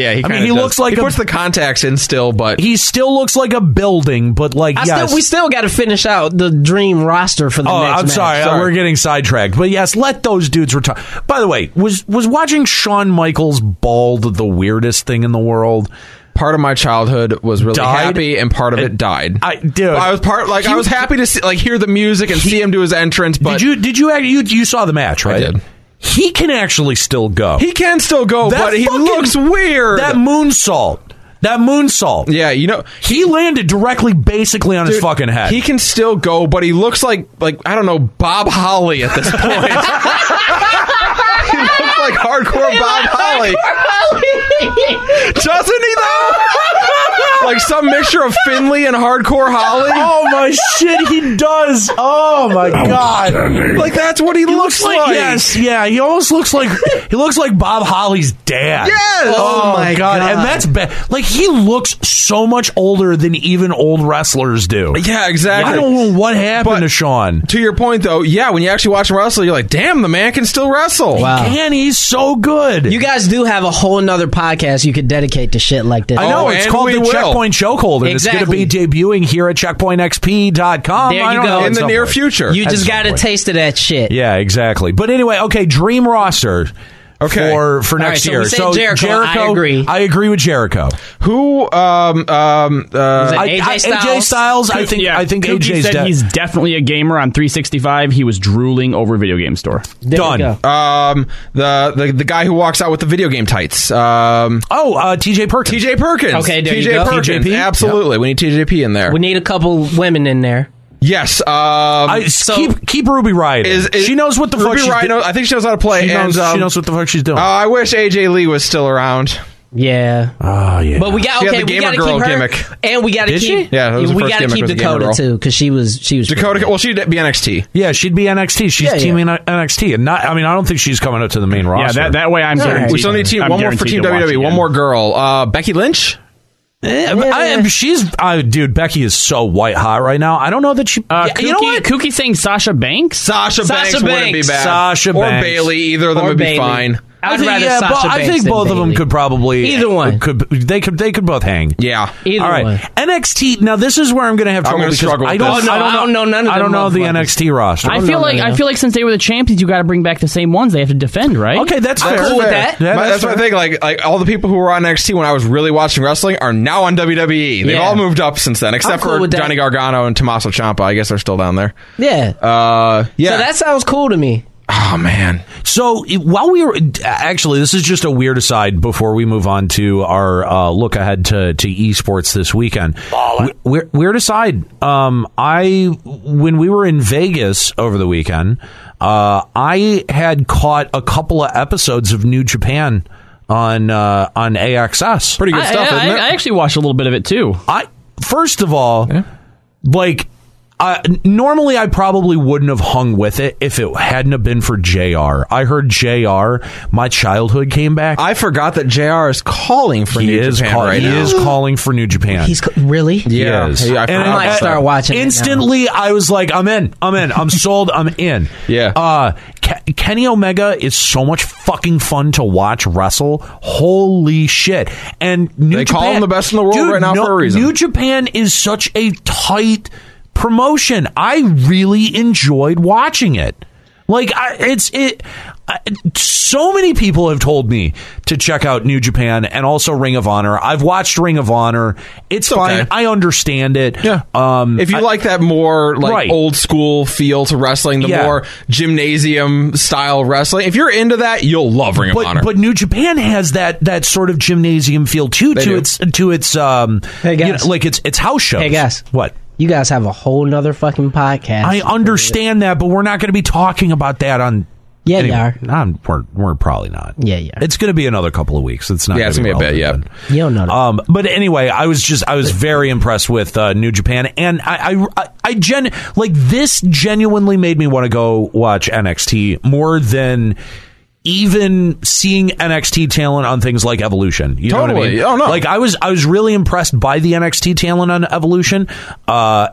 Speaker 1: I mean,
Speaker 5: kinda
Speaker 1: he
Speaker 5: does.
Speaker 1: looks like
Speaker 5: he
Speaker 1: a-
Speaker 5: puts the contacts in still, but
Speaker 1: he still looks like a building, but like
Speaker 4: I
Speaker 1: yes.
Speaker 4: still, we still got to finish out the dream roster for the
Speaker 1: Oh,
Speaker 4: next
Speaker 1: I'm
Speaker 4: match.
Speaker 1: sorry. uh, We're getting sidetracked. But yes, let those dudes retire. By the way, was was watching Shawn Michaels bald the weirdest thing in the world?
Speaker 5: part of my childhood was really
Speaker 1: Died? Uh,
Speaker 5: happy, and part of it died.
Speaker 1: I dude,
Speaker 5: I was part like I was happy to see, like hear the music and see him do his entrance, but
Speaker 1: Did you did you act- you you saw the match, right?
Speaker 5: did.
Speaker 1: He can actually still go.
Speaker 5: he can still go,
Speaker 1: That
Speaker 5: but he
Speaker 1: fucking-
Speaker 5: looks weird.
Speaker 1: that moonsault. That moonsault.
Speaker 5: yeah, you know,
Speaker 1: He landed directly basically on his
Speaker 5: dude,
Speaker 1: fucking head.
Speaker 5: He can still go, but he looks like like I don't know Bob Holly at this point. he looks like hardcore Bob Holly, doesn't he? Though, like some mixture of Finley and hardcore Holly.
Speaker 1: oh my shit, he does. Oh my god.
Speaker 5: Like that's what he, looks, like.
Speaker 1: yes, yeah. He almost looks like he looks like Bob Holly's dad.
Speaker 5: Yes!
Speaker 1: Oh,
Speaker 5: Oh
Speaker 1: my
Speaker 5: my
Speaker 1: god. and that's bad. Like he looks so much older than even old wrestlers do.
Speaker 5: Yeah, exactly.
Speaker 1: I don't know what happened
Speaker 5: But-
Speaker 1: to Sean.
Speaker 5: to your point though, yeah, when you actually watch him wrestle, you're like, damn, the man can still wrestle.
Speaker 4: Wow.
Speaker 1: And he's so good.
Speaker 4: You guys do have a whole nother podcast you could dedicate to shit like this.
Speaker 1: I know
Speaker 5: Oh,
Speaker 1: it's
Speaker 5: and
Speaker 1: called
Speaker 5: we
Speaker 1: the
Speaker 5: will.
Speaker 1: Checkpoint Chokehold, and
Speaker 4: Exactly.
Speaker 1: it's going to be debuting here at checkpointxp.com.
Speaker 4: There
Speaker 1: I
Speaker 4: you
Speaker 1: don't know,
Speaker 4: go.
Speaker 5: In
Speaker 1: at
Speaker 5: the
Speaker 1: some
Speaker 5: near
Speaker 1: point.
Speaker 5: future.
Speaker 4: You
Speaker 1: At
Speaker 4: just
Speaker 1: some
Speaker 4: got a
Speaker 1: point.
Speaker 4: taste of that shit.
Speaker 1: Yeah, exactly. But anyway, okay, dream roster.
Speaker 5: Okay.
Speaker 1: For for
Speaker 4: right,
Speaker 1: next
Speaker 4: so we
Speaker 1: year,
Speaker 4: said Jericho, I agree.
Speaker 1: I agree with Jericho.
Speaker 5: Who um um uh
Speaker 4: it-
Speaker 1: I,
Speaker 4: AJ
Speaker 1: I- AJ
Speaker 4: Styles?
Speaker 1: Styles. I think
Speaker 6: Yeah,
Speaker 1: I think
Speaker 6: Cookie
Speaker 1: AJ's
Speaker 6: said
Speaker 1: dead.
Speaker 6: he's definitely a gamer on 365. He was drooling over video game store.
Speaker 4: There we
Speaker 1: done.
Speaker 4: go.
Speaker 5: um the, the the guy who walks out with the video game tights. Um
Speaker 1: Oh, uh, TJ Perkins.
Speaker 5: TJ Perkins.
Speaker 4: Okay, there
Speaker 5: TJ
Speaker 4: you go.
Speaker 5: Perkins.
Speaker 1: TJP?
Speaker 5: Absolutely. We need TJP in there.
Speaker 4: We need a couple women in there.
Speaker 5: yes. Um
Speaker 1: I,
Speaker 4: So-
Speaker 1: keep keep Ruby Riot.
Speaker 5: is, is-
Speaker 1: she knows what the fuck
Speaker 5: Ruby
Speaker 1: she's
Speaker 5: Riot
Speaker 1: do-
Speaker 5: knows- I think she knows how to play
Speaker 1: she, knows,
Speaker 5: and um,
Speaker 1: she knows what the fuck she's doing.
Speaker 5: uh, I wish AJ Lee was still around.
Speaker 4: Yeah.
Speaker 1: oh yeah.
Speaker 4: But we got
Speaker 5: Uh, She had
Speaker 4: okay.
Speaker 5: the
Speaker 4: we
Speaker 5: gamer
Speaker 4: got to keep
Speaker 5: girl
Speaker 4: her,
Speaker 5: gimmick.
Speaker 4: and we got to
Speaker 1: Did
Speaker 4: keep.
Speaker 1: she?
Speaker 5: Yeah, that was the
Speaker 4: we
Speaker 5: first
Speaker 4: gotta
Speaker 5: gimmick
Speaker 4: keep
Speaker 5: was the gamer
Speaker 4: Dakota
Speaker 5: girl.
Speaker 4: too because she was she was
Speaker 5: Dakota well she'd be NXT.
Speaker 1: yeah, she'd be NXT. She's
Speaker 4: Yeah, yeah.
Speaker 1: teaming NXT, and not. I mean, I don't think she's coming up to the main
Speaker 6: Yeah,
Speaker 1: roster.
Speaker 6: that, that way I'm
Speaker 4: All right.
Speaker 6: guaranteed.
Speaker 5: We still need team
Speaker 6: I'm
Speaker 5: one more for team
Speaker 6: guaranteed to watch
Speaker 5: WWE, one
Speaker 6: again.
Speaker 5: more girl. Uh Becky Lynch?
Speaker 1: Eh, I am. She's. I, dude, Becky is so white hot right now. I don't know that she.
Speaker 6: Uh,
Speaker 1: Yeah,
Speaker 6: Kookie,
Speaker 1: you know what?
Speaker 6: Kookie saying Sasha Banks.
Speaker 5: Sasha,
Speaker 4: Sasha
Speaker 5: Banks, wouldn't be
Speaker 4: Banks.
Speaker 5: bad.
Speaker 1: Sasha
Speaker 5: or
Speaker 1: Banks.
Speaker 5: Bailey, either of them
Speaker 4: Or
Speaker 5: would
Speaker 4: Bailey.
Speaker 5: be fine.
Speaker 4: I'd
Speaker 1: think-
Speaker 4: rather
Speaker 1: yeah,
Speaker 4: Sasha
Speaker 1: but I
Speaker 4: Banks
Speaker 1: think
Speaker 4: than
Speaker 1: both of them
Speaker 4: Bayley.
Speaker 1: could probably uh,
Speaker 4: Either one.
Speaker 1: Could they could they could both hang.
Speaker 5: Yeah.
Speaker 4: Either
Speaker 1: All right.
Speaker 4: one.
Speaker 1: NXT. Now this is where I'm going to have trouble
Speaker 5: gonna
Speaker 1: because
Speaker 5: struggle with
Speaker 1: I don't.
Speaker 5: this.
Speaker 4: Oh, no, I don't know none of
Speaker 1: I don't
Speaker 4: them
Speaker 1: know the
Speaker 4: motherfuckers.
Speaker 1: NXT roster.
Speaker 6: I feel like I feel like since they were the champions, you got to bring back the same ones. They have to defend, right?
Speaker 1: okay. That's
Speaker 4: I'm
Speaker 1: fair.
Speaker 4: cool with that.
Speaker 1: Yeah,
Speaker 5: My- that's
Speaker 1: fair.
Speaker 5: my thing. Like, like all the people who were on NXT when I was really watching wrestling are now on WWE. They've
Speaker 4: Yeah.
Speaker 5: all moved up since then, except
Speaker 4: cool
Speaker 5: for
Speaker 4: with that.
Speaker 5: Johnny Gargano and Tommaso Ciampa. I guess they're still down there.
Speaker 4: Yeah.
Speaker 5: Uh, yeah.
Speaker 4: So that sounds cool to me.
Speaker 5: oh man.
Speaker 1: So i- while we were actually, this is just a weird aside before we move on to our uh, look ahead to, to esports this weekend. We- Weird, weird aside. Um, I when we were in Vegas over the weekend, Uh, I had caught a couple of episodes of New Japan on uh, on AXS.
Speaker 6: Pretty good I- stuff, I- isn't it? I actually watched a little bit of it too.
Speaker 1: I first of all, like. I normally, I probably wouldn't have hung with it if it hadn't have been for JR. I heard JR, my childhood came back. I
Speaker 5: forgot that JR is calling for
Speaker 1: he
Speaker 5: New
Speaker 1: is
Speaker 5: Japan
Speaker 1: call-
Speaker 5: right
Speaker 1: he
Speaker 5: now.
Speaker 1: is calling for New Japan.
Speaker 4: He's co- really.
Speaker 5: Yeah.
Speaker 1: Yes.
Speaker 5: Hey, I
Speaker 1: And
Speaker 5: forgot
Speaker 1: I-
Speaker 5: about that.
Speaker 4: watching it now.
Speaker 1: Instantly, I was like, I'm in. I'm in. I'm sold. I'm in.
Speaker 5: Yeah.
Speaker 1: Uh, Ke- Kenny Omega is so much fucking fun to watch wrestle. Holy shit! And New
Speaker 5: They call
Speaker 1: Japan-
Speaker 5: him the best in the world
Speaker 1: Dude,
Speaker 5: right now
Speaker 1: no-
Speaker 5: for a reason.
Speaker 1: New Japan is such a tight promotion. I really enjoyed watching it. Like I, it's it. I, so many people have told me to check out New Japan and also Ring of Honor. I've watched Ring of Honor. It's fine.
Speaker 5: okay.
Speaker 1: I understand it. Yeah. Um,
Speaker 5: If you
Speaker 1: I-
Speaker 5: like that more like
Speaker 1: Right.
Speaker 5: old school feel to wrestling, the
Speaker 1: Yeah.
Speaker 5: more gymnasium style wrestling, if you're into that, you'll love Ring
Speaker 1: but
Speaker 5: of Honor.
Speaker 1: but New Japan has that that sort of gymnasium feel too
Speaker 5: They
Speaker 1: to
Speaker 5: do.
Speaker 1: its to its um
Speaker 4: Hey,
Speaker 1: you
Speaker 4: guys.
Speaker 1: know, like it's it's house shows.
Speaker 4: Hey, guys.
Speaker 1: What?
Speaker 4: You guys have a whole nother fucking podcast.
Speaker 1: I understand that, but we're not going to be talking about that on.
Speaker 4: Yeah, you
Speaker 1: anyway,
Speaker 4: are.
Speaker 1: Not, we're, we're probably not.
Speaker 4: Yeah, you are.
Speaker 1: It's going to be another couple of weeks. It's not.
Speaker 5: Yeah, it's
Speaker 1: gonna
Speaker 5: gonna be a
Speaker 1: relevant
Speaker 5: bit,
Speaker 1: then.
Speaker 4: You don't know. that.
Speaker 1: Um, but anyway, I was just I was very impressed with uh, New Japan, and I I, I, I gen like this genuinely made me want to go watch NXT more than even seeing NXT talent on things like Evolution. You know what I
Speaker 5: Totally.
Speaker 1: mean?
Speaker 5: Oh, no.
Speaker 1: Like I was I was really impressed by the NXT talent on Evolution, uh,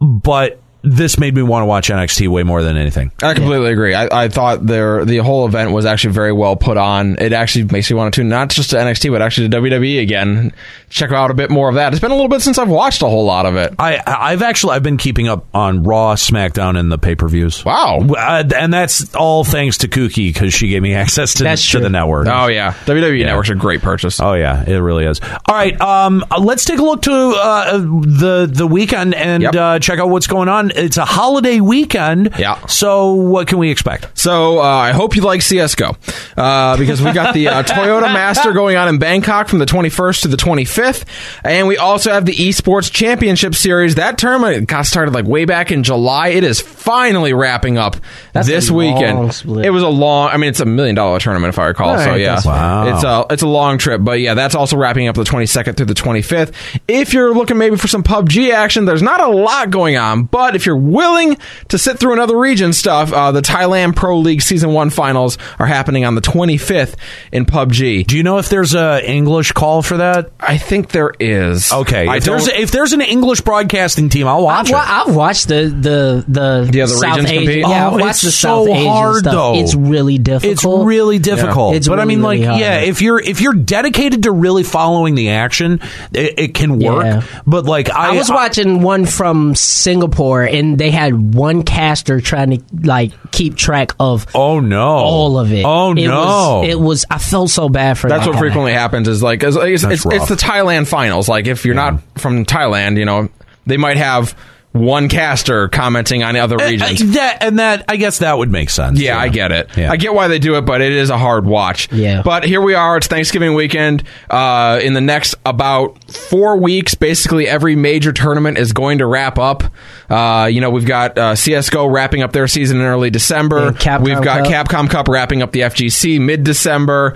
Speaker 1: but this made me want to watch NXT way more than anything.
Speaker 5: I completely agree. I, I thought their the whole event was actually very well put on. It actually makes you want to tune not just to NXT but actually to WWE again. Check out a bit more of that. It's been a little bit since I've watched a whole lot of it.
Speaker 1: I I've actually I've been keeping up on Raw, SmackDown, and the pay per views.
Speaker 5: Wow.
Speaker 1: Uh, and that's all thanks to Kookie because she gave me access to,
Speaker 4: That's
Speaker 1: to
Speaker 4: true.
Speaker 1: the network.
Speaker 5: Oh yeah, WWE
Speaker 1: Yeah.
Speaker 5: Network's a great purchase.
Speaker 1: Oh yeah, it really is. All right, um, uh, let's take a look to uh, the the weekend and
Speaker 5: Yep.
Speaker 1: uh, check out what's going on. It's a holiday weekend,
Speaker 5: Yeah.
Speaker 1: So what can we expect?
Speaker 5: So uh, I hope you like CS:GO uh, because we got the uh, Toyota Master going on in Bangkok from the 21st to the 25th, and we also have the Esports Championship Series. That tournament got started like way back in July. It is finally wrapping up
Speaker 4: That's
Speaker 5: this
Speaker 4: a long
Speaker 5: weekend.
Speaker 4: split.
Speaker 5: It was a long. I mean, it's a million dollar tournament if I recall. so
Speaker 4: right,
Speaker 5: yeah,
Speaker 4: that's
Speaker 1: Wow.
Speaker 5: it's a it's a long trip, but yeah, that's also wrapping up the 22nd through the 25th. If you're looking maybe for some PUBG action, there's not a lot going on, but if you're willing to sit through another region stuff, uh, the Thailand Pro League Season 1 finals are happening on the 25th in PUBG.
Speaker 1: Do you know if there's a English call for that?
Speaker 5: I think there is.
Speaker 1: Okay,
Speaker 5: I
Speaker 1: if there's
Speaker 5: don't-
Speaker 1: if there's an English broadcasting team, I'll watch
Speaker 4: I've,
Speaker 1: it.
Speaker 4: wa- I've watched the the the,
Speaker 5: The other
Speaker 4: South
Speaker 5: regions
Speaker 4: Asian.
Speaker 5: compete?
Speaker 4: Yeah,
Speaker 1: Oh,
Speaker 4: I've watched
Speaker 1: it's
Speaker 4: the
Speaker 1: so
Speaker 4: South Asian
Speaker 1: hard,
Speaker 4: stuff.
Speaker 1: though.
Speaker 4: It's really difficult.
Speaker 1: It's really difficult.
Speaker 4: It's
Speaker 1: but I mean,
Speaker 4: really,
Speaker 1: like,
Speaker 4: really
Speaker 1: yeah,
Speaker 4: hard.
Speaker 1: if you're if you're dedicated to really following the action, it, it can work.
Speaker 4: Yeah.
Speaker 1: But like, I,
Speaker 4: I was watching one from Singapore, and they had one caster trying to like keep track of
Speaker 1: Oh no!
Speaker 4: all of it.
Speaker 1: Oh
Speaker 4: it
Speaker 1: no!
Speaker 4: was, it was. I felt so bad for.
Speaker 5: That's
Speaker 4: that
Speaker 5: what
Speaker 4: guy.
Speaker 5: frequently happens is like it's, it's,
Speaker 1: That's
Speaker 5: it's, it's
Speaker 1: rough.
Speaker 5: the Thailand finals. Like if you're not from Thailand, you know, they might have one caster commenting on other
Speaker 1: Uh,
Speaker 5: regions.
Speaker 1: uh, that and that. I guess that would make sense.
Speaker 5: Yeah, I get it.
Speaker 1: Yeah.
Speaker 5: I get why they do it, but it is a hard watch.
Speaker 4: Yeah.
Speaker 5: But here we are. It's Thanksgiving weekend. Uh, in the next about four weeks, basically every major tournament is going to wrap up. Uh, you know, we've got uh, CS:GO wrapping up their season in early December.
Speaker 4: And Capcom
Speaker 5: we've got
Speaker 4: Cup.
Speaker 5: Capcom Cup wrapping up the FGC mid December.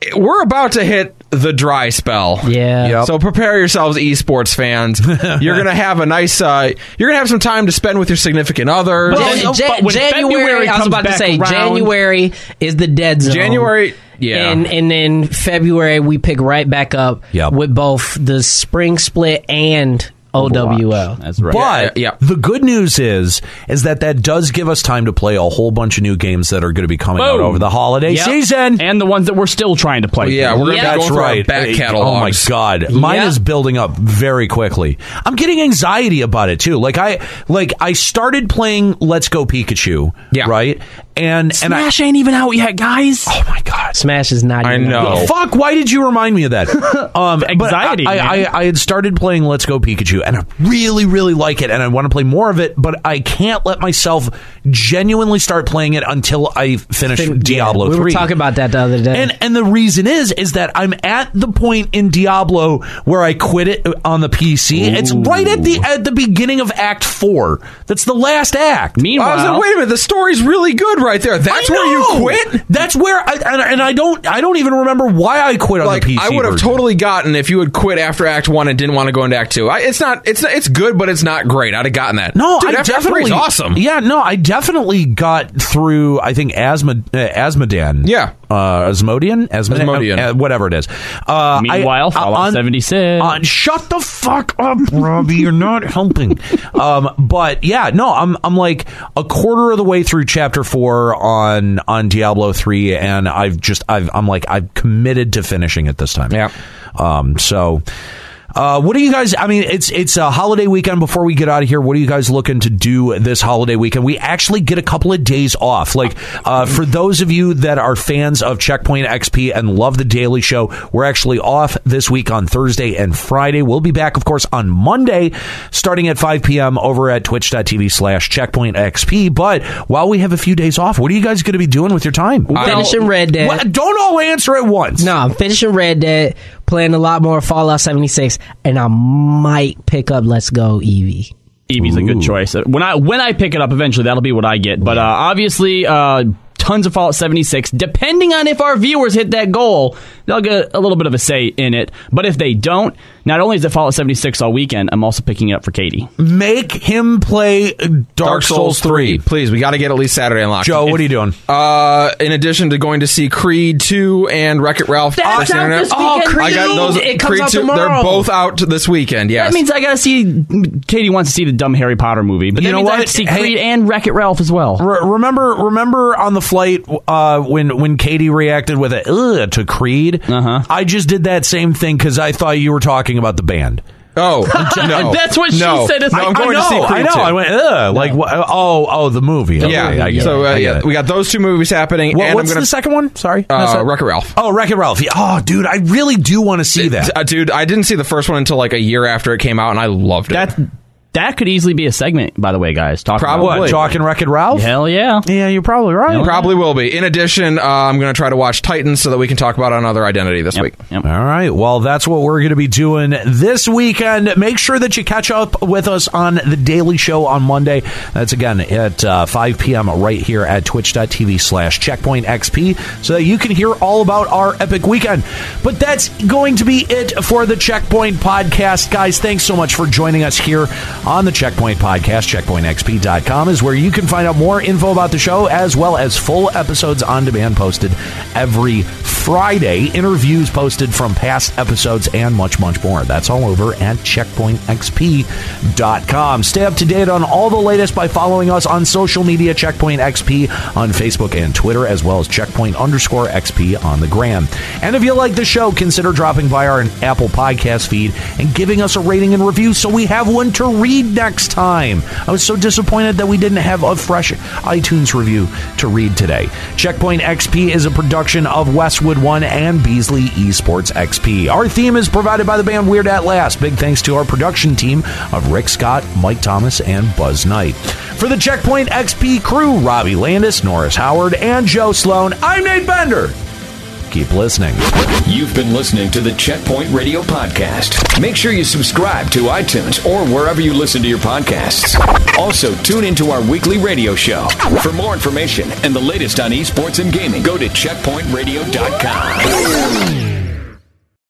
Speaker 5: Eh, We're about to hit the dry spell.
Speaker 4: Yeah. Yep.
Speaker 5: So prepare yourselves, esports fans. you're gonna have a nice. Uh, you're gonna have some time to spend with your significant other.
Speaker 4: Jan-
Speaker 6: Well,
Speaker 4: Jan-
Speaker 6: but when
Speaker 4: January,
Speaker 6: February
Speaker 4: I was
Speaker 6: comes
Speaker 4: about to
Speaker 6: back
Speaker 4: say
Speaker 6: around-
Speaker 4: January is the dead zone.
Speaker 5: January, yeah.
Speaker 4: and and then February we pick right back up
Speaker 1: Yep.
Speaker 4: with both the spring split and OWL.
Speaker 6: That's right.
Speaker 1: But
Speaker 5: Yeah, yeah.
Speaker 1: the good news is is that that does give us time to play a whole bunch of new games that are going to be coming out
Speaker 6: Boom.
Speaker 1: over the holiday
Speaker 4: Yep.
Speaker 1: season.
Speaker 6: and the ones that we're still trying to play.
Speaker 5: Oh, yeah,
Speaker 6: through.
Speaker 5: we're gonna
Speaker 4: Yeah.
Speaker 5: be going
Speaker 1: That's
Speaker 5: through
Speaker 1: right.
Speaker 5: our back catalog.
Speaker 1: Oh my god, mine
Speaker 4: Yeah.
Speaker 1: is building up very quickly. I'm getting anxiety about it too. Like I like I started playing Let's Go Pikachu,
Speaker 5: Yeah.
Speaker 1: right? and
Speaker 6: Smash
Speaker 1: and I,
Speaker 6: ain't even out yet, guys. Oh
Speaker 1: my god,
Speaker 4: Smash is not.
Speaker 1: I
Speaker 4: even out.
Speaker 1: know. Oh. Fuck! Why did you remind me of that? Um, but I-
Speaker 6: Anxiety,
Speaker 1: I,
Speaker 6: man.
Speaker 1: I, I had started playing Let's Go Pikachu, and I really, really like it, and I want to play more of it. But I can't let myself genuinely start playing it until I finish
Speaker 4: Fin-
Speaker 1: Diablo.
Speaker 4: we
Speaker 1: 3.
Speaker 4: were talking about that the other day.
Speaker 1: And and the reason is is that I'm at the point in Diablo where I quit it on the PC. It's right at the at the beginning of Act Four. That's the last act.
Speaker 5: I
Speaker 6: Meanwhile,
Speaker 5: was like, wait a minute, the story's really good right there. That's
Speaker 1: I
Speaker 5: where you
Speaker 1: know!
Speaker 5: quit.
Speaker 1: That's where I and, and I don't I don't even remember why I quit on
Speaker 5: Like
Speaker 1: the PC.
Speaker 5: I would have
Speaker 1: version.
Speaker 5: totally gotten if you had quit after Act One and didn't want to go into Act Two. I, it's not, it's it's good, but it's not great. I'd have gotten that.
Speaker 1: No,
Speaker 5: Dude,
Speaker 1: I
Speaker 5: Act- Act Three
Speaker 1: definitely
Speaker 5: is awesome.
Speaker 1: Yeah, no, I definitely got through. I think Asma, uh, Asmodan.
Speaker 5: Yeah.
Speaker 1: uh, Asmodian, Asmodan,
Speaker 5: Asmodean.
Speaker 1: uh, whatever it is. Uh,
Speaker 6: Meanwhile, Fallout
Speaker 1: on-
Speaker 6: 76.
Speaker 1: on- shut the fuck up, Robbie. You're not helping. Um, but yeah, no, I'm I'm like a quarter of the way through chapter four on on Diablo three, and I've just I've I'm like I've committed to finishing it this time.
Speaker 5: Yeah.
Speaker 1: Um, so. Uh, what do you guys? I mean, it's it's a holiday weekend. Before we get out of here, what are you guys looking to do this holiday weekend? We actually get a couple of days off. Like uh, for those of you that are fans of Checkpoint XP and love the Daily Show, we're actually off this week on Thursday and Friday. We'll be back, of course, on Monday, starting at 5 p.m. over at twitch.tv slash Checkpoint XP. But while we have a few days off, what are you guys going to be doing with your time?
Speaker 4: Finishing Red Dead.
Speaker 1: What- don't all answer at once.
Speaker 4: No, I'm finishing Red Dead, playing a lot more Fallout 76, and I might pick up Let's Go Eevee.
Speaker 6: Eevee's a good choice. Uh, When I when I pick it up eventually, that'll be what I get. But uh, obviously, uh, tons of Fallout 76. Depending on if our viewers hit that goal, they'll get a little bit of a say in it. But if they don't, not only is it Fallout 76 all weekend, I'm also picking it up for Katie.
Speaker 1: Make him play Dark, Souls 3.
Speaker 5: Please, we got to get at least Saturday unlocked.
Speaker 1: Joe, what are you doing?
Speaker 5: Uh, in addition to going to see Creed two and Wreck It Ralph,
Speaker 6: That's
Speaker 5: on the internet.
Speaker 6: out
Speaker 5: Oh,
Speaker 6: this weekend,
Speaker 5: I got
Speaker 6: Creed!
Speaker 5: those.
Speaker 6: It comes
Speaker 5: Creed
Speaker 6: out
Speaker 5: two,
Speaker 6: tomorrow.
Speaker 5: they're both out this weekend. Yes,
Speaker 6: That means I gotta see. Katie wants to see the dumb Harry Potter movie, but
Speaker 1: You
Speaker 6: that
Speaker 1: know
Speaker 6: means I
Speaker 1: what?
Speaker 6: have to see
Speaker 1: Hey-
Speaker 6: Creed and Wreck It Ralph as well.
Speaker 1: Re- remember, remember on the flight uh, when when Katie reacted with a Ugh, to Creed.
Speaker 6: Uh-huh.
Speaker 1: I just did that same thing because I thought you were talking about the band.
Speaker 5: Oh no,
Speaker 6: That's what she
Speaker 5: No.
Speaker 6: said. It's
Speaker 5: No,
Speaker 6: like,
Speaker 5: I'm going
Speaker 1: I know,
Speaker 5: to see Creed
Speaker 1: I know.
Speaker 5: two.
Speaker 1: I went Ugh, like wha- oh oh the movie. Okay,
Speaker 5: yeah.
Speaker 1: I get
Speaker 5: so
Speaker 1: it,
Speaker 5: uh,
Speaker 1: I get
Speaker 5: yeah,
Speaker 1: it.
Speaker 5: we got those two movies happening,
Speaker 1: What-
Speaker 5: and I'm
Speaker 1: what's
Speaker 5: gonna
Speaker 1: the second one? Sorry, That's
Speaker 5: uh,
Speaker 1: it.
Speaker 5: Wreck It Ralph.
Speaker 1: Oh, Wreck It Ralph. Yeah. Oh, dude, I really do want to see that.
Speaker 5: Uh, dude, I didn't see the first one until like a year after it came out, and I loved it.
Speaker 6: That that could easily be a segment, by the way, guys. Talk about-
Speaker 5: Probably.
Speaker 1: what Jock and Wreck It Ralph?
Speaker 6: Hell yeah.
Speaker 1: Yeah, you're probably right.
Speaker 5: Probably will be. In addition, uh, I'm going to try to watch Titans so that we can talk about another identity this week.
Speaker 6: Yep.
Speaker 1: All right. Well, that's what we're going to be doing this weekend. Make sure that you catch up with us on the Daily Show on Monday. That's again at uh, 5 p.m. right here at twitch.tv slash checkpoint XP so that you can hear all about our epic weekend. But that's going to be it for the Checkpoint Podcast. Guys, thanks so much for joining us here on the Checkpoint Podcast. CheckpointXP.com is where you can find out more info about the show as well as full episodes on demand posted every Friday, interviews posted from past episodes, and much, much more. That's all over at checkpointxp.com. Stay up to date on all the latest by following us on social media, Checkpoint XP on Facebook and Twitter, as well as checkpoint underscore XP on the gram. And if you like the show, consider dropping by our Apple Podcast feed and giving us a rating and review so we have one to read next time. I was so disappointed that we didn't have a fresh iTunes review to read today. Checkpoint XP is a production of Westwood One and Beasley Esports XP. Our theme is provided by the band Weird At Last. Big thanks to our production team of Rick Scott, Mike Thomas, and Buzz Knight. For the Checkpoint XP crew, Robbie Landis, Norris Howard, and Joe Sloan, I'm Nate Bender. Keep listening.
Speaker 3: You've been listening to the Checkpoint Radio Podcast. Make sure you subscribe to iTunes or wherever you listen to your podcasts. Also, tune into our weekly radio show. For more information and the latest on esports and gaming, go to checkpointradio.com.